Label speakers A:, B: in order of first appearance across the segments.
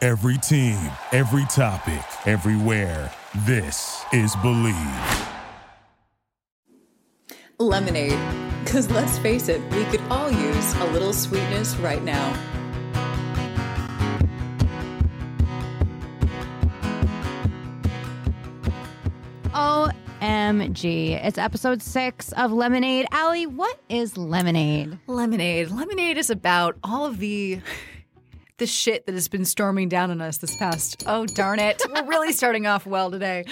A: Every team, every topic, everywhere. This is Believe.
B: Lemonade. Because let's face it, we could all use a little sweetness right now.
C: OMG. It's episode six of Lemonade. Allie, what is lemonade?
D: Lemonade. Lemonade is about all of the the shit that has been storming down on us this past. Oh darn it. We're really starting off well today.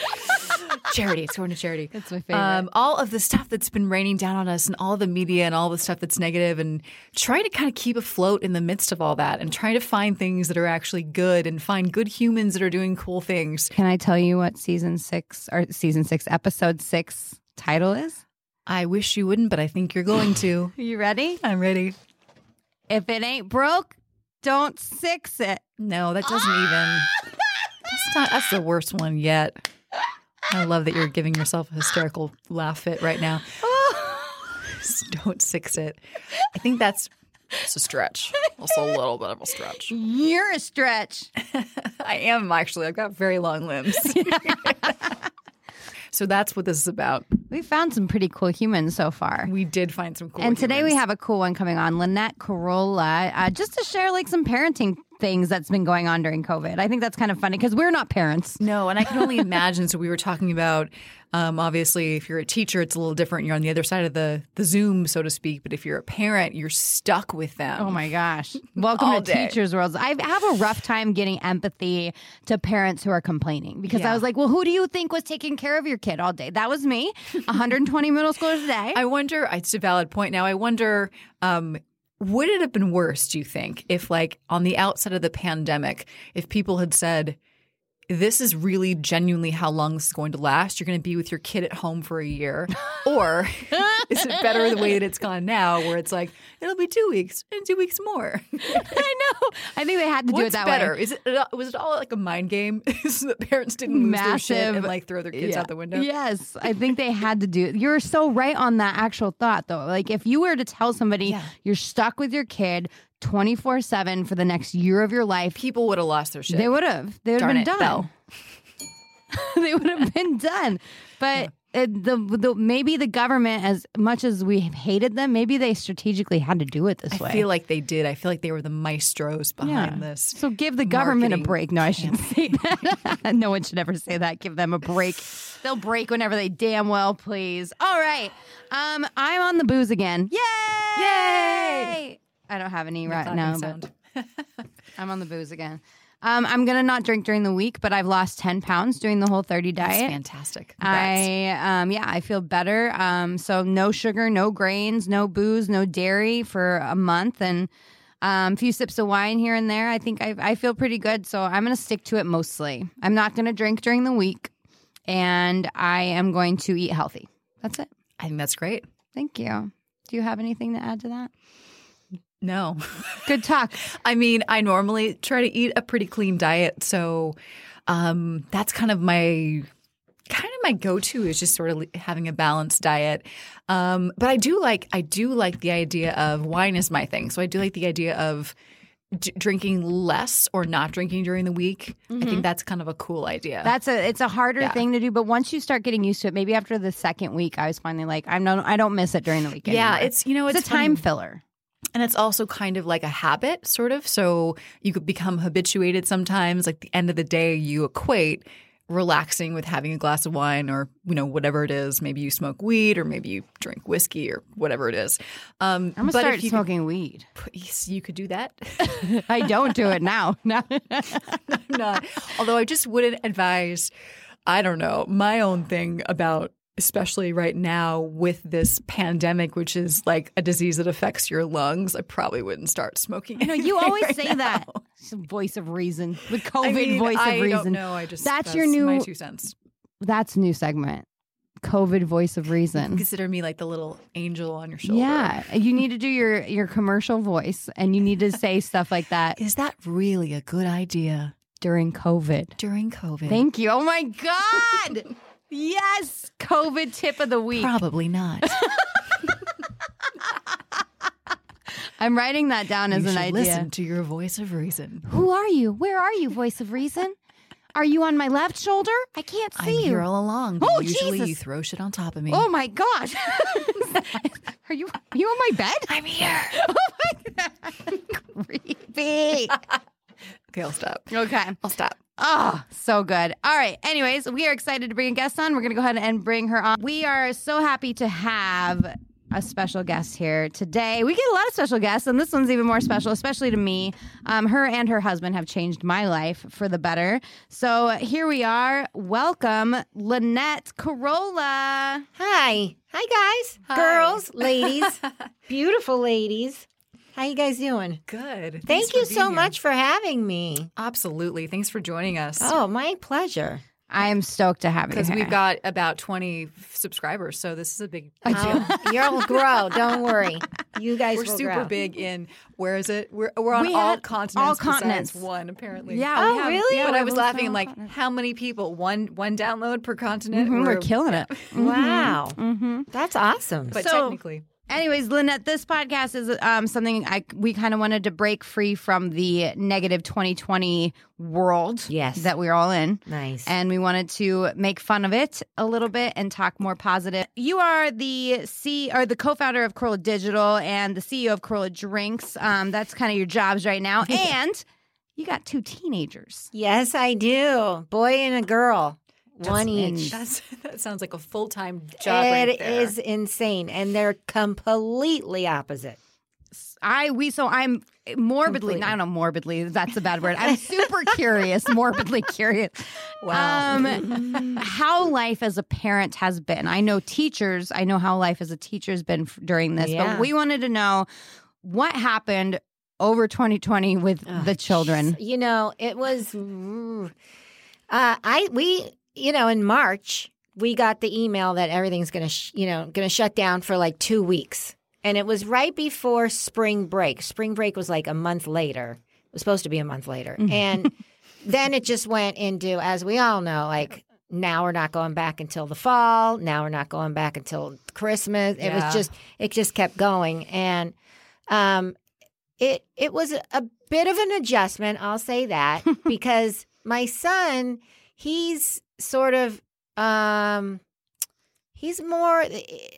D: charity. It's going to charity. Um,
C: That's my favorite.
D: all of the stuff that's been raining down on us and all the media and all the stuff that's negative and trying to kind of keep afloat in the midst of all that and trying to find things that are actually good and find good humans that are doing cool things.
C: Can I tell you what season six or season six, episode six title is?
D: I wish you wouldn't, but I think you're going to.
C: Are you ready?
D: I'm ready.
C: If it ain't broke, don't fix it.
D: No, that doesn't even. That's not. That's the worst one yet. I love that you're giving yourself a hysterical laugh fit right now. Just Don't six it. I think that's. It's a stretch. Also a little bit of a stretch.
C: You're a stretch.
D: I am actually. I've got very long limbs. so that's what this is about.
C: We found some pretty cool humans so far.
D: We did find some cool.
C: And today we
D: humans.
C: have a cool one coming on, Lynette Carolla, uh, just to share like some parenting things that's been going on during COVID. I think that's kind of funny because we're not parents.
D: No, and I can only imagine. So we were talking about, um, obviously, if you're a teacher, it's a little different. You're on the other side of the the Zoom, so to speak. But if you're a parent, you're stuck with them.
C: Oh my gosh. Welcome
D: All
C: to
D: day.
C: Teachers Worlds. I have a rough time getting empathy to parents who are complaining because I was like, well, who do you think was taking care of your kid all day? That was me, 120 middle schoolers a day.
D: I wonder. It's a valid point. Now I wonder. Um, would it have been worse, do you think, if like on the outset of the pandemic, if people had said, this is really genuinely how long this is going to last. You're going to be with your kid at home for a year. Or is it better the way that it's gone now, where it's like, it'll be two weeks and two weeks more?
C: I know. I think they had to do it
D: What's
C: that
D: better?
C: way.
D: Is it uh, was it all like a mind game? so that parents didn't lose their shit
C: Massive-
D: and like throw their kids
C: Yeah.
D: out the window?
C: Yes, I think they had to do. You're so right on that actual thought, though. Like, if you were to tell somebody
D: Yeah.
C: you're stuck with your kid 24 7 for the next year of your life,
D: People would have lost their shit.
C: They would have. They would
D: Darn
C: have been
D: it,
C: done. they would have been done. But it, the, the maybe the government, as much as we have hated them, maybe they strategically had to do it this way.
D: I feel like they did. I feel like they were the maestros behind this.
C: So give the government a
D: marketing
C: break. No, I shouldn't say that. no one should ever say that. Give them a break. They'll break whenever they damn well please. All right. Um, I'm on the booze again. Yay! Yay! I don't have any right
D: clapping
C: now, but
D: sound.
C: I'm on the booze again. Um, I'm gonna not drink during the week, but I've lost ten pounds doing the whole thirty
D: It's
C: diet.
D: fantastic. Congrats.
C: I um, yeah, I feel better. Um, so no sugar, no grains, no booze, no dairy for a month, and um, a few sips of wine here and there. I think I I feel pretty good. So I'm gonna stick to it mostly. I'm not gonna drink during the week, and I am going to eat healthy. That's it.
D: I think that's great.
C: Thank you. Do you have anything to add to that?
D: No.
C: Good talk.
D: I mean, I normally try to eat a pretty clean diet, so um, that's kind of my kind of my go-to is just sort of having a balanced diet. Um, but I do like I do like the idea of wine is my thing, so I do like the idea of d- drinking less or not drinking during the week. I think that's kind of a cool idea.
C: That's a it's a harder thing to do, but once you start getting used to it, maybe after the second week, I was finally like, I'm not, I don't miss it during the week.
D: yeah,
C: anymore.
D: it's you know
C: it's,
D: it's,
C: a time
D: funny.
C: filler.
D: And it's also kind of like a habit, sort of. So you could become habituated sometimes. Like the end of the day, you equate relaxing with having a glass of wine or, you know, whatever it is. Maybe you smoke weed or maybe you drink whiskey or whatever it is. Um,
C: I'm gonna
D: but
C: start
D: if you
C: smoking weed.
D: Could, yes, you could do that.
C: I don't do it now. No.
D: I'm not. Although I just wouldn't advise, I don't know, my own thing about. Especially right now with this pandemic, which is like a disease that affects your lungs, I probably wouldn't start smoking.
C: No, you always say that. It's a voice of reason. The COVID
D: I mean,
C: voice of
D: I
C: reason.
D: Don't know. I just
C: That's your
D: my
C: new-
D: two cents.
C: That's new segment. COVID voice of reason.
D: Consider me like the little angel on your shoulder.
C: Yeah. You need to do your your commercial voice and you need to say stuff like that
D: Is that really a good idea
C: during COVID.
D: during COVID?
C: Thank you. Oh my God. yes. COVID tip of the week.
D: Probably not.
C: I'm writing that down as
D: you
C: an
D: should
C: idea.
D: Listen to your voice of reason.
C: Who are you? Where are you, voice of reason? Are you on my left shoulder? I can't
D: I'm
C: see you.
D: here all along. but
C: Oh,
D: usually you
C: Jesus.
D: throw shit on top of me.
C: oh my gosh. are you are you on my bed?
D: I'm here.
C: Creepy.
D: okay, I'll stop.
C: okay.
D: I'll stop.
C: Oh, so good. All right. Anyways, we are excited to bring a guest on. We're going to go ahead and bring her on. We are so happy to have a special guest here today. We get a lot of special guests, and this one's even more special, especially to me. Um, her and her husband have changed my life for the better. So here we are. Welcome, Lynette Corolla.
E: Hi. Hi, guys.
D: Hi.
E: Girls, ladies, beautiful ladies. How you guys doing?
D: Good. Thanks
E: Thank
D: for
E: you so
D: being here.
E: much for having me.
D: Absolutely. Thanks for joining us.
E: Oh, my pleasure.
C: I am stoked to have you
D: Because
C: here.
D: we've got about 20 subscribers, so this is a big deal.
E: Oh, you'll grow. Don't worry. You guys
D: We're
E: will
D: super
E: grow.
D: big in where is it? We're, we're on
C: We
D: all
C: had
D: continents.
C: all
D: besides
C: continents.
D: one apparently.
C: yeah. we
E: Oh,
C: have-
E: really?
C: yeah,
D: but
C: we
D: I
C: have
D: was
C: listeners
D: laughing
C: on
D: like how many people one one download per continent.
C: Mhm, we're killing it.
E: Wow.
C: Mm-hmm.
E: That's awesome.
D: But
C: So-
D: technically,
C: Anyways, Lynette, this podcast is um, something I we kind of wanted to break free from the negative 2020 world
E: Yes.
C: that we're all in.
E: nice.
C: And we wanted to make fun of it a little bit and talk more positive. You are the C or the co-founder of Corolla Digital and the CEO of Corolla Drinks. Um, that's kind of your jobs right now. And you got two teenagers.
E: yes, I do. Boy and a girl. One each.
D: that's, that sounds like a full time
E: It is
D: job. right there.
E: insane. And they're completely opposite.
C: I we so I'm morbidly
E: Completely.
C: I don't know morbidly that's a bad word. I'm super curious, morbidly curious.
D: Wow.
E: Mm-hmm.
C: Um, how life as a parent has been. I know teachers. I know how life as a teacher has been f- during this.
E: Yeah.
C: But we wanted to know what happened over 2020 with
E: Ugh,
C: the children.
E: You know, it was. Uh, I we you know in March we got the email that everything's gonna sh- you know gonna shut down for like two weeks, and it was right before spring break. Spring break was like a month later. It was supposed to be a month later, and then it just went into as we all know like. Now we're not going back until the fall. Now we're not going back until Christmas. It
D: Yeah.
E: was just it just kept going, and um, it it was a bit of an adjustment i'll say that because my son he's sort of um he's more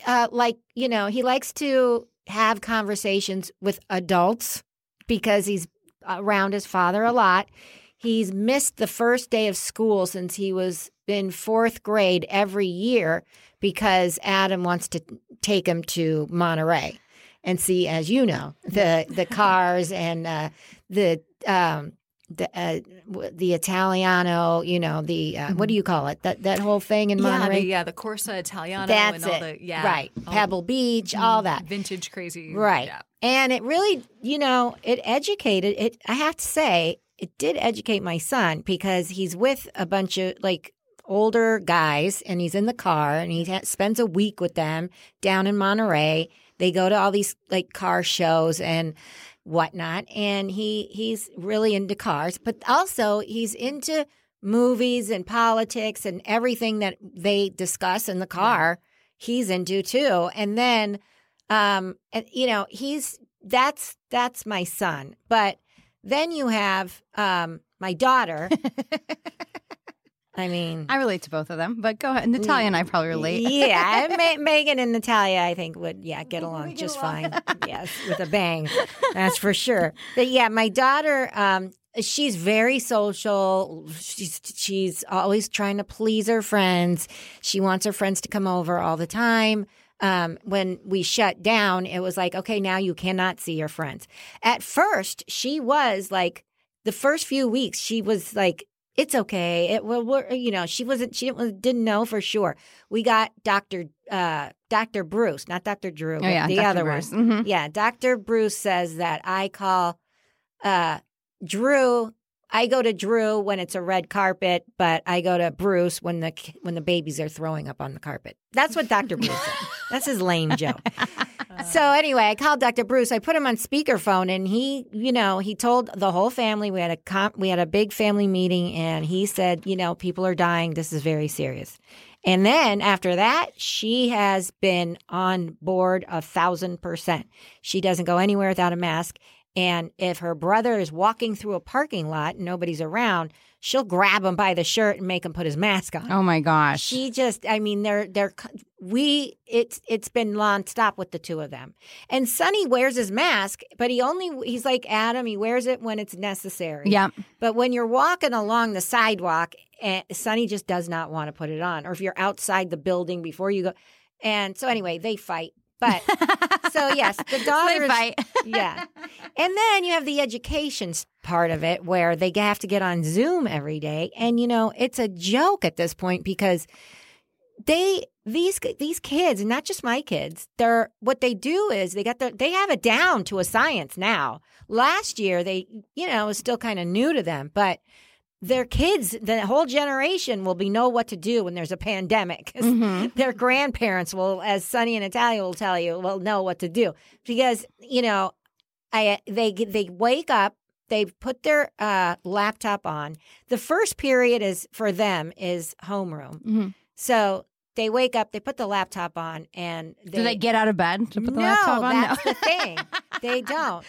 E: uh like you know he likes to have conversations with adults because he's around his father a lot he's missed the first day of school since he was in fourth grade every year because adam wants to take him to monterey and see, as you know, the the cars and uh, the um, the uh, w- the Italiano. You know the uh, what do you call it? That that whole thing in
D: Mm-hmm. yeah,
E: Monterey.
D: the, yeah, the Corsa Italiano
E: That's
D: and all
E: it.
D: the yeah, Oh.
E: right,
D: all
E: Pebble Beach, all that.
D: vintage crazy
E: Right.
D: yeah.
E: And it really, you know, it educated it. I have to say, it did educate my son because he's with a bunch of like older guys and he's in the car and he ha- spends a week with them down in Monterey. They go to all these like car shows and whatnot. And he he's really into cars, but also he's into movies and politics and everything that they discuss in the car. He's into too. And then um and you know he's that's that's my son but then you have um my daughter i mean
C: I relate to both of them, but go ahead. Natalia
E: Mm,
C: and I probably relate.
E: yeah Ma- megan and natalia i think would yeah get along
C: get
E: just
C: along.
E: fine yes with a bang that's for sure but yeah my daughter um she's very social she's she's always trying to please her friends she wants her friends to come over all the time um, when we shut down, it was like, okay, now you cannot see your friends. At first, she was like, the first few weeks, she was like, it's okay. It will, we're, you know, she wasn't, she didn't, didn't know for sure. We got Dr. Uh, Dr. Bruce, not Dr. Drew,
C: Oh
E: but
C: yeah,
E: the
C: Dr.
E: other
C: Bruce.
E: one.
C: Mhm.
E: Yeah, Dr. Bruce says that I call uh, Drew. I go to Drew when it's a red carpet, but I go to Bruce when the when the babies are throwing up on the carpet. That's what Dr. Bruce said. That's his lame joke. so anyway, I called Dr. Bruce. I put him on speakerphone, and he, you know, he told the whole family. We had a comp, we had a big family meeting, and he said, you know, people are dying. This is very serious. And then after that, she has been on board a thousand percent. She doesn't go anywhere without a mask. And if her brother is walking through a parking lot and nobody's around, she'll grab him by the shirt and make him put his mask on.
C: Oh my gosh.
E: She just, I mean, they're they're we it's it's been nonstop with the two of them. And Sonny wears his mask, but he only he's like Adam. He wears it when it's necessary.
C: Yep.
E: But when you're walking along the sidewalk, and Sonny just does not want to put it on. Or if you're outside the building before you go, and so anyway, they fight. But so yes, the daughter
C: They
E: is-
C: fight.
E: yeah. And then you have the education s- part of it where they have to get on Zoom every day. And, you know, it's a joke at this point because they, these, these kids, and not just my kids, they're, what they do is they got their, they have it down to a science now. Last year, they, you know, it was still kind of new to them, but their kids, the whole generation will be know what to do when there's a pandemic. 'Cause
C: Mm-hmm.
E: Their grandparents will, as Sonny and Italia will tell you, will know what to do because you know, I they they wake up, they put their uh, laptop on. The first period is for them is homeroom,
C: Mhm.
E: so they wake up, they put the laptop on, and they,
C: Do they get out of bed to put the
E: no,
C: laptop on?
E: that's the thing. They don't.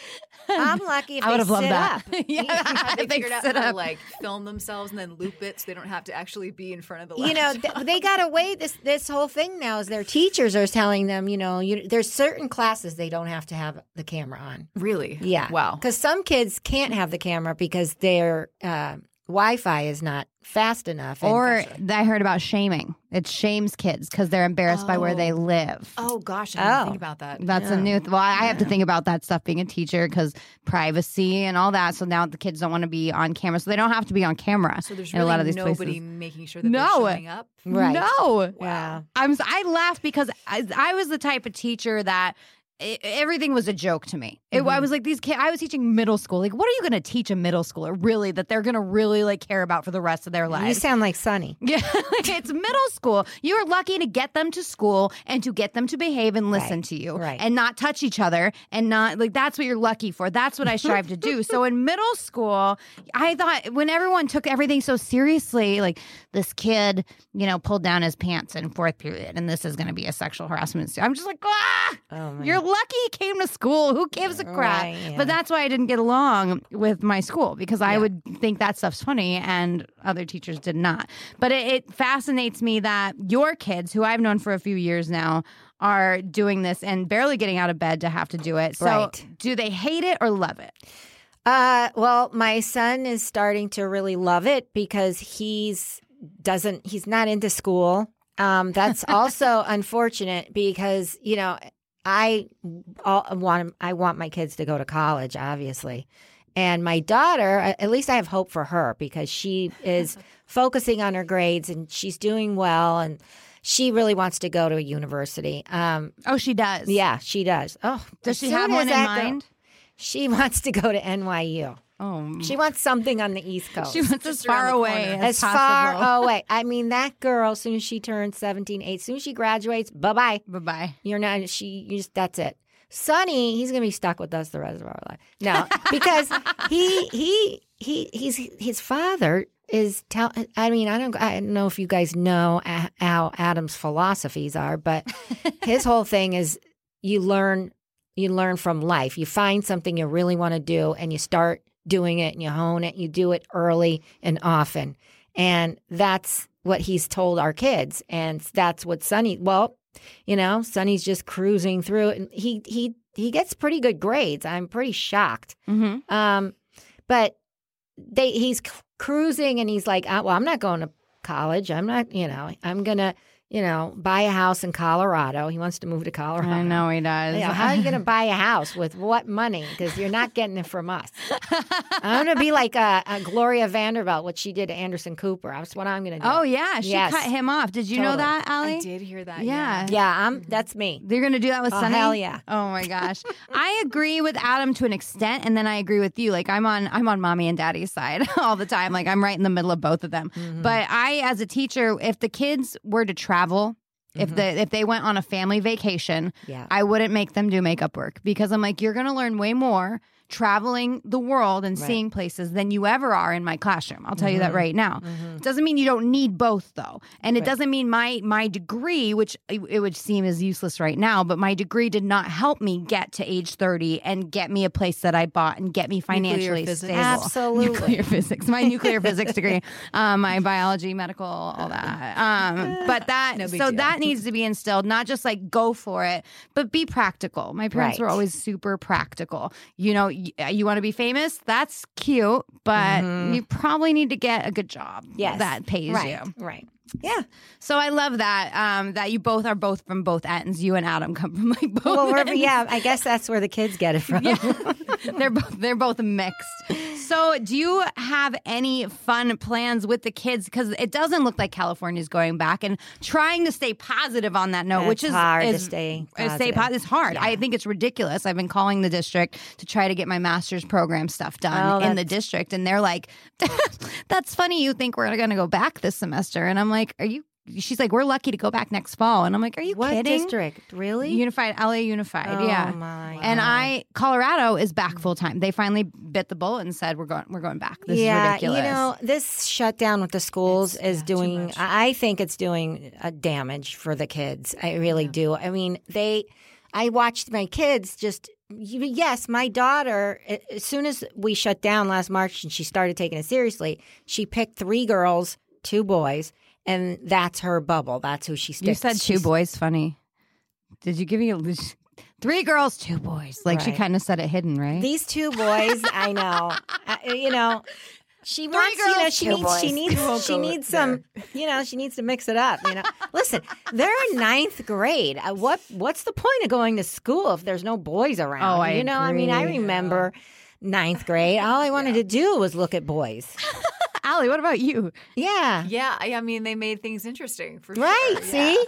E: I'm lucky if
C: I would
E: they
C: have loved
E: sit
C: that.
E: up.
C: yeah,
D: they, figured out
C: sit
D: how to
C: up.
D: like film themselves and then loop it so they don't have to actually be in front of the
E: you know
D: laptop.
E: th- they got away this this whole thing now is their teachers are telling them you know you, there's certain classes they don't have to have the camera on
D: really
E: yeah
D: wow
E: because some kids can't have the camera because their uh, wi-fi is not fast enough and-
C: Or th- I heard about shaming. It shames kids because they're embarrassed by where they live.
D: oh gosh I didn't
E: Oh.
D: think about that
C: That's a new. Th- well, I have to think about that stuff being a teacher because privacy and all that. So now the kids don't want to be on camera, so they don't have to be on camera.
D: so there's
C: in
D: really
C: a lot of these
D: nobody
C: places.
D: making sure that
C: No.
D: they're showing up
E: right
C: No.
E: yeah
C: I'm. s- I laughed because I, I was the type of teacher that i everything was a joke to me. It,
D: Mm-hmm.
C: I was like these kids. I was teaching middle school. Like, what are you going to teach a middle schooler really that they're going to really like care about for the rest of their
E: you
C: lives?
E: sound like sunny
C: Yeah, it's middle school. You are lucky to get them to school and to get them to behave and listen
E: Right,
C: to you
E: right.
C: and not touch each other and not like that's what you're lucky for. That's what I strive to do. So in middle school, I thought when everyone took everything so seriously, like this kid, you know, pulled down his pants in fourth period and this is going to be a sexual harassment. suit. I'm just like, ah,
E: oh my
C: you're lucky he came to school. Who gives a crap?
E: Right, yeah.
C: But that's why I didn't get along with my school because I would think that stuff's funny and other teachers did not. But it, it fascinates me that your kids, who I've known for a few years now, are doing this and barely getting out of bed to have to do it. So
E: Right.
C: do they hate it or love it?
E: Uh, well, my son is starting to really love it because he's doesn't he's not into school. Um, that's also unfortunate because you know I all, want I want my kids to go to college, obviously, and my daughter. a- At least I have hope for her because she is focusing on her grades and she's doing well, and she really wants to go to a university. Um,
C: Oh, she does.
E: yeah, she does. Oh,
C: Does
E: as
C: she have
E: soon
C: one
E: as
C: in
E: that go-
C: mind?
E: She wants to go to NYU.
C: Oh,
E: She wants something on the East Coast.
C: she wants as
D: Just around
C: far
D: the
C: away
D: corner.
C: as,
E: as
C: possible.
E: far away. I mean, that girl, as soon as she turns 17, 8, soon as she graduates, bye bye.
C: Bye bye.
E: You're not, she, you just, that's it. Sonny, he's going to be stuck with us the rest of our life. No, because he, he, he, he's, his father is tell I mean I don't I don't know if you guys know a- how Adam's philosophies are but his whole thing is you learn you learn from life. You find something you really want to do and you start doing it and you hone it. You do it early and often. And that's what he's told our kids. And that's what Sonny, well, you know, Sonny's just cruising through it. And he, he, he gets pretty good grades. I'm pretty shocked.
C: Mm-hmm.
E: Um, but they, he's c- cruising and he's like, "Uh, well, I'm not going to college. I'm not, you know, I'm going to, you know, buy a house in Colorado. He wants to move to Colorado.
C: I know he does.
E: Yeah, how are you going to buy a house with what money? Because you're not getting it from us. I'm going to be like uh uh Gloria Vanderbilt, what she did to Anderson Cooper. That's what I'm going to do.
C: Oh yeah, she
E: Yes.
C: cut him off. Did you know
E: Totally.
C: that, Allie?
D: I did hear that
C: Yeah.
E: yeah, I'm. That's me.
C: They're gonna do that with
E: Oh,
C: Sunny.
E: hell yeah.
C: Oh my gosh. I agree with Adam to an extent, and then I agree with you. Like I'm on I'm on mommy and daddy's side all the time.
E: Mm-hmm.
C: Like I'm right in the middle of both of them. But I, as a teacher, if the kids were to travel
E: Mm-hmm.
C: If the if they went on a family vacation,
E: Yeah.
C: I wouldn't make them do makeup work because I'm like, you're going to learn way more traveling the world and
E: Right. Mm-hmm.
C: seeing places than you ever are in my classroom. I'll tell you that right now. It doesn't mean you don't need both though. And it doesn't mean my my degree, which it, it would seem is useless right now, but my degree did not help me get to age 30 and get me a place that I bought and get me financially
D: physics.
C: stable.
E: Absolutely.
C: Nuclear physics, my nuclear physics degree, um, my biology, medical, all that. Um, but that,
D: No big
C: so
D: deal.
C: that needs to be instilled, not just like go for it, but be practical. My parents were
E: Right.
C: always super practical. You know, y- uh, you want to be famous? That's cute, but you probably need to get a good job
E: Mm-hmm. Yes.
C: that pays
E: right.
C: you.
E: Right. Yeah.
C: So I love that, um, that you both are both from both ends. You and Adam come from like both
E: Well,
C: ends.
E: wherever, yeah, I guess that's where the kids get it from.
C: Yeah. they're both they're both mixed. So, do you have any fun plans with the kids cuz it doesn't look like California's going back and trying to stay positive on that note,
E: That's
C: which is
E: hard to
C: is,
E: stay
C: uh, stay
E: positive.
C: po- it's hard. I think it's ridiculous. I've been calling the district to try to get my master's program stuff
E: Oh,
C: done in the district and they're like that's funny you think we're going to go back this semester and I'm like, are you She's like, we're lucky to go back next fall, and I'm like, are you
E: What
C: kidding?
E: district? Really?
C: Unified, LA Unified,
E: Oh,
C: yeah.
E: my
C: And I, Colorado is back full time. They finally bit the bullet and said, "We're going, we're going back. This
E: yeah,
C: is ridiculous."
E: you know, this shutdown with the schools is doing. I I think it's doing uh damage for the kids. I really do. I mean, they. I watched my kids just. you- Yes, my daughter. a- As soon as we shut down last March and she started taking it seriously, she picked three girls, two boys, and that's her bubble. That's who she sticks.
C: you said two
E: she's-
C: boys. Funny. Did you give me a, three girls, two boys? Like she
E: Right.
C: kind of said it hidden, right?
E: These two boys, I know. I, you know, she wants. you know,
C: girls,
E: she
C: two
E: needs. She
C: boys.
E: needs. she needs some. You know, she needs to mix it up. You know, listen, they're in ninth grade. Uh, what What's the point of going to school if there's no boys around?
C: Oh, I
E: You know, I mean, I
C: agree.
E: remember. Ninth grade, all I wanted to do was look at boys.
C: Allie, what about you?
E: Yeah,
D: Yeah, I I mean, they made things interesting for
E: right.
D: sure.
E: See,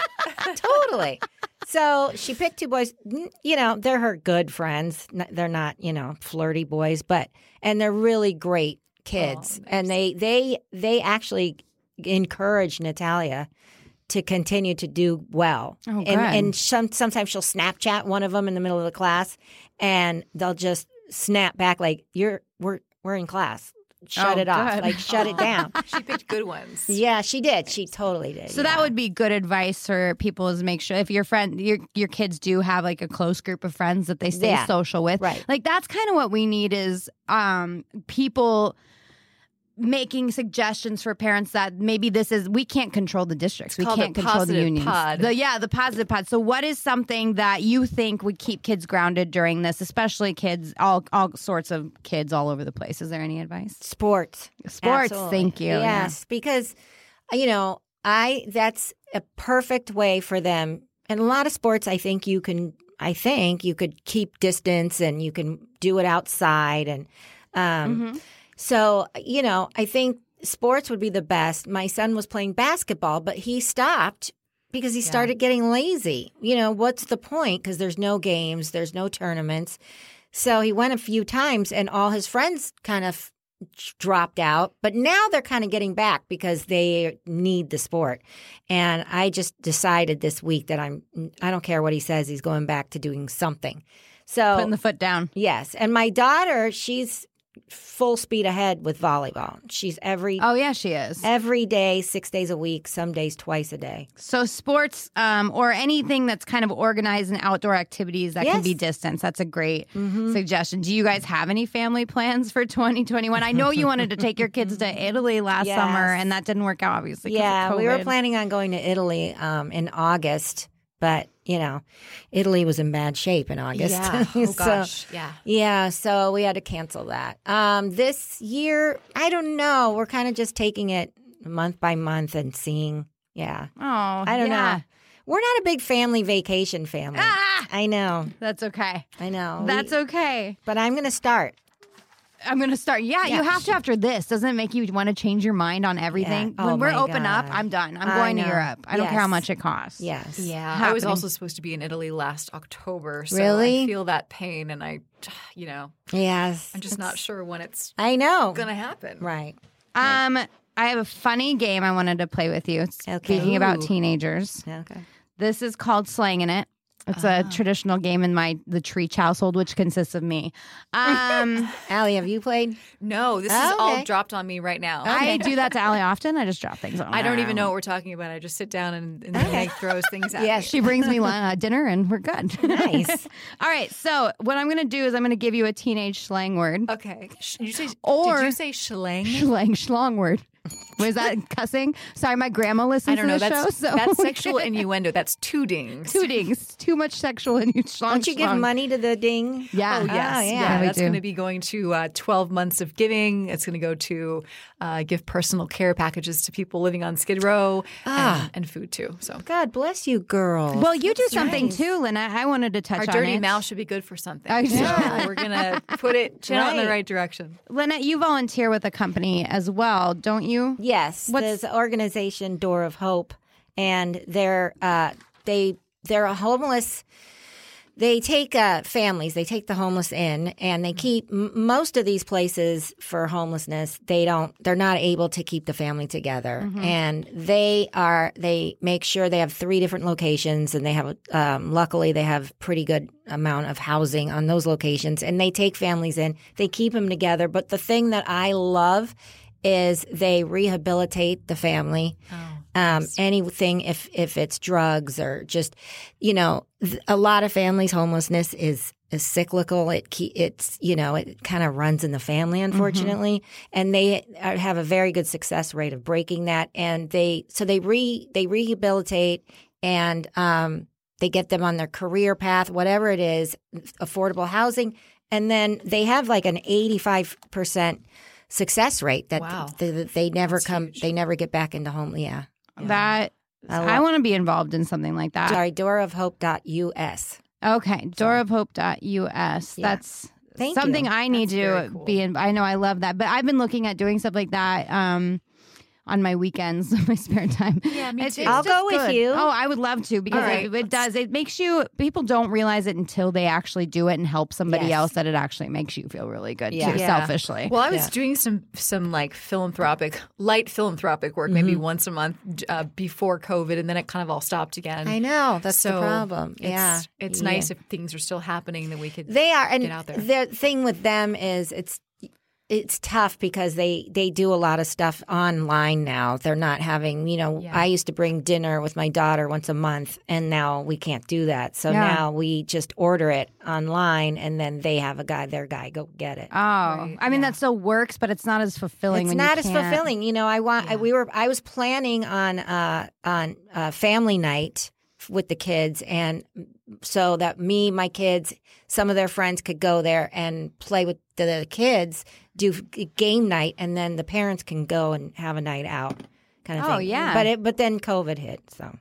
E: totally. So she picked two boys. N- You know, they're her good friends. N- They're not, you know, flirty boys, but and they're really great kids.
C: Oh,
E: and they they they actually encourage Natalia to continue to do well.
C: Oh,
E: and
C: good.
E: and some, sometimes she'll Snapchat one of them in the middle of the class, and they'll just snap back like, "You're we're we're in class." Shut
C: Oh,
E: it off.
C: good.
E: Like shut it down.
D: She picked good ones.
E: Yeah, she did. She totally did.
C: So that would be good advice for people is make sure if your friend your your kids do have like a close group of friends that they stay
E: Yeah.
C: social with.
E: Right.
C: Like that's kind of what we need is um people making suggestions for parents that maybe this is we can't control the districts. we
D: called
C: can't
D: the
C: control the
D: positive
C: unions.
D: pod.
C: The yeah, the positive pod. So what is something that you think would keep kids grounded during this, especially kids all all sorts of kids all over the place. Is there any advice?
E: sports.
C: Sports,
E: Absolutely.
C: thank you. Yeah.
E: Yes, because uh, you know, I that's a perfect way for them. And a lot of sports, I think you can. I think you could keep distance and you can do it outside. And um,
C: Mm-hmm.
E: so, you know, I think sports would be the best. My son was playing basketball, but he stopped because he started getting lazy. You know, what's the point? Because there's no games, there's no tournaments. So he went a few times, and all his friends kind of dropped out, but now they're kind of getting back because they need the sport. And I just decided this week that I'm I don't care what he says, he's going back to doing something. So
C: Putting the foot down.
E: yes, and my daughter, she's full speed ahead with volleyball. She's every
C: Oh yeah, she is.
E: every day, 6 days a week, some days twice a day.
C: So sports um, or anything that's kind of organized and outdoor activities that can
E: Yes. Mm-hmm.
C: be distance. That's a great suggestion. Do you guys have any family plans for 2021? I know you wanted to take your kids to Italy last
E: Yes.
C: summer and that didn't work out obviously. 'cause of
E: Yeah, we were
C: COVID.
E: planning on going to Italy um, in August, but you know, Italy was in bad shape in August.
D: Yeah.
E: So-
D: Oh gosh. yeah.
E: Yeah, so we had to cancel that. Um, this year, I don't know. We're kind of just taking it month by month and seeing. Yeah,
C: Oh, I
E: I don't know. We're not a big family vacation family.
C: Ah!
E: I know,
C: That's okay.
E: I know.
C: That's
E: We-
C: okay.
E: but I'm gonna start.
C: I'm going to start. Yeah, you have to after this. Doesn't it make you want to change your mind on everything?
E: Oh,
C: when we're
E: my
C: open up,
E: God.
C: I'm done. I'm
E: I
C: going to
E: know.
C: Europe. I don't care how
E: Yes.
C: much it costs.
E: Yes.
D: Yeah, I was also supposed to be in Italy last October, so
E: Really?
D: I feel that pain, and I, you know,
E: Yes.
D: I'm just not sure when it's
E: I know.
D: gonna happen.
E: Right.
C: Um I have a funny game I wanted to play with you.
E: Okay.
C: Speaking about teenagers.
E: Okay.
C: This is called slanging it. It's a
D: Ah.
C: traditional game in my the Treach household, which consists of me. Um,
E: Allie, have you played?
D: No, this is all
E: Okay.
D: dropped on me right now.
C: I do that to Allie often. I just drop things. on
D: I don't
C: her.
D: even know what we're talking about. I just sit down and, and then like throws things at
E: Yes.
D: me.
C: She brings me lun- uh, dinner, and we're good.
E: Nice.
C: All right. So what I'm going to do is I'm going to give you a teenage slang word.
D: Okay. Sh- You say,
C: Or-
D: did you say schlang?
C: Schlang schlong word. Was that cussing? Sorry, my grandma listens
D: I don't know.
C: to the
D: That's,
C: show. So
D: that's sexual innuendo. That's two dings.
C: Two dings. Too much sexual in you. Schlong,
E: Don't you give
C: schlong.
E: money to the ding?
C: Yeah.
D: Oh, yes.
E: Ah,
D: yeah.
E: yeah.
C: Yeah, we
D: that's
C: do.
D: going to be going to uh, 12 months of giving. It's going to go to uh, give personal care packages to people living on Skid Row
C: Ah.
D: and, and food too. So
E: God bless you, girls.
C: Well, you do
E: That's
C: something
E: nice.
C: too, Lynette. I wanted to touch
D: our
C: on
D: dirty
C: it.
D: mouth should be good for something.
C: I
D: So we're going to put it channel it in the
E: Right.
D: right direction.
C: Lynette, you volunteer with a company as well, don't you?
E: Yes,
C: What's-
E: there's organization Door of Hope, and they're uh, they they're a homeless. They take uh, families, they take the homeless in, and they keep m- most of these places for homelessness. They don't, they're not able to keep the family together, and they are they make sure they have three different locations, and they have um, luckily they have pretty good amount of housing on those locations, and they take families in, they keep them together. But the thing that I love is they rehabilitate the family.
C: Oh.
E: um, anything if if it's drugs or just you know th- a lot of families homelessness is is cyclical it ke- it's you know it kind of runs in the family
D: Mm-hmm.
E: unfortunately and they are- have a very good success rate of breaking that and they so they re they rehabilitate and um, they get them on their career path whatever it is affordable housing and then they have like an 85% success rate that
D: Wow.
E: th- th- they never
D: That's
E: come
D: huge.
E: they never get back into home yeah
C: That
E: I
C: I
E: love-
C: want to be involved in something like that.
E: sorry doorofhope.us
C: Okay, doorofhope.us.
E: Yeah.
C: That's
E: Thank
C: something
E: you.
C: I need
D: That's very
C: to
D: cool.
C: be in. I know I love that, but I've been looking at doing stuff like that um, on my weekends, my spare time.
D: Yeah, me
C: It's-
D: too.
C: it's
E: I'll
C: just
E: go with you.
C: Oh, I would love to because
D: All right,
C: it, it does. It makes you. People don't realize it until they actually do it and help somebody
E: Yes.
C: else that it actually makes you feel really good
E: Yeah.
C: too,
D: Yeah.
C: selfishly.
D: Well, I was doing some some like philanthropic, light philanthropic work, maybe
C: Mm-hmm.
D: once a month uh, before COVID, and then it kind of all stopped again.
E: I know that's
D: so
E: the problem.
D: It's,
E: yeah,
D: it's
E: Yeah.
D: nice if things are still happening that we could.
E: They are, and
D: Get out there.
E: the thing with them is it's it's tough because they they do a lot of stuff online now. They're not having, you know,
D: Yeah.
E: I used to bring dinner with my daughter once a month, and now we can't do that. So
C: Yeah.
E: now we just order it online, and then they have a guy, their guy, go get it.
C: Oh, I mean that still works, but it's not as fulfilling.
E: It's
C: when you
E: not as
C: can't.
E: fulfilling, you know. I want. I,
D: Yeah.
E: we were. I was planning on uh, on uh, family night f- with the kids, and so that me, my kids, some of their friends could go there and play with the, the kids, do f- game night, and then the parents can go and have a night out, kind of
C: Oh,
E: thing.
C: yeah.
E: But it. But then COVID hit, so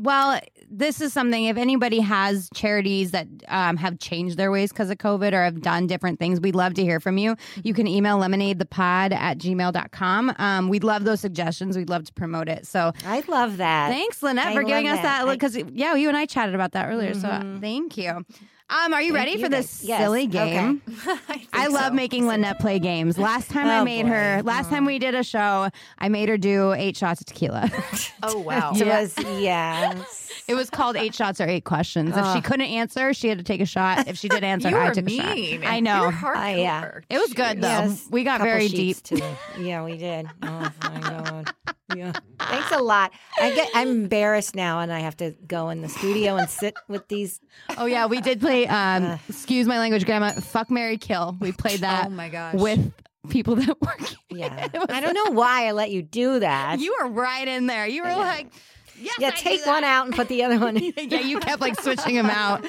C: Well, this is something. If anybody has charities that um, have changed their ways because of COVID or have done different things, we'd love to hear from you. You can email lemonadethepod at gmail.com. Um, we'd love those suggestions. We'd love to promote it. So
E: I love that.
C: thanks, Lynette,
E: I
C: for giving
E: love
C: us
E: that. Mm-hmm.
C: that. Because, yeah, you and I chatted about that earlier. So uh, thank you. Um, are you ready
E: you,
C: for this
E: babe. Yes.
C: silly
E: Okay.
C: game?
D: think
C: I love
D: so.
C: making Lynette play games. Last time I
E: Oh,
C: made
E: boy.
C: her, last time we did a show, I made her do eight shots of tequila.
D: Oh wow!
E: It was yes.
C: It was called Eight Shots or Eight Questions. If she couldn't answer, she had to take a shot. If she did answer,
D: you
C: I
D: are
C: took a
D: mean.
C: shot. I know.
D: You're hardcore.
E: I, yeah.
C: It was good though.
E: Yes.
C: Um, We got
E: Couple
C: very deep.
E: sheets Too. Yeah, we did. Oh my god. Yeah. Thanks a lot. I get I'm embarrassed now and I have to go in the studio and sit with these
C: Oh yeah, we did play. Um, excuse my language, Grandma. Fuck Mary Kill. We played that.
D: Oh my gosh.
C: With people that work.
E: yeah. I don't know why I let you do that.
C: You were right in there. You were like, yes,
E: yeah,
C: I do
E: take
C: that."
E: one out and put the other one in.
C: yeah, you kept like switching them out.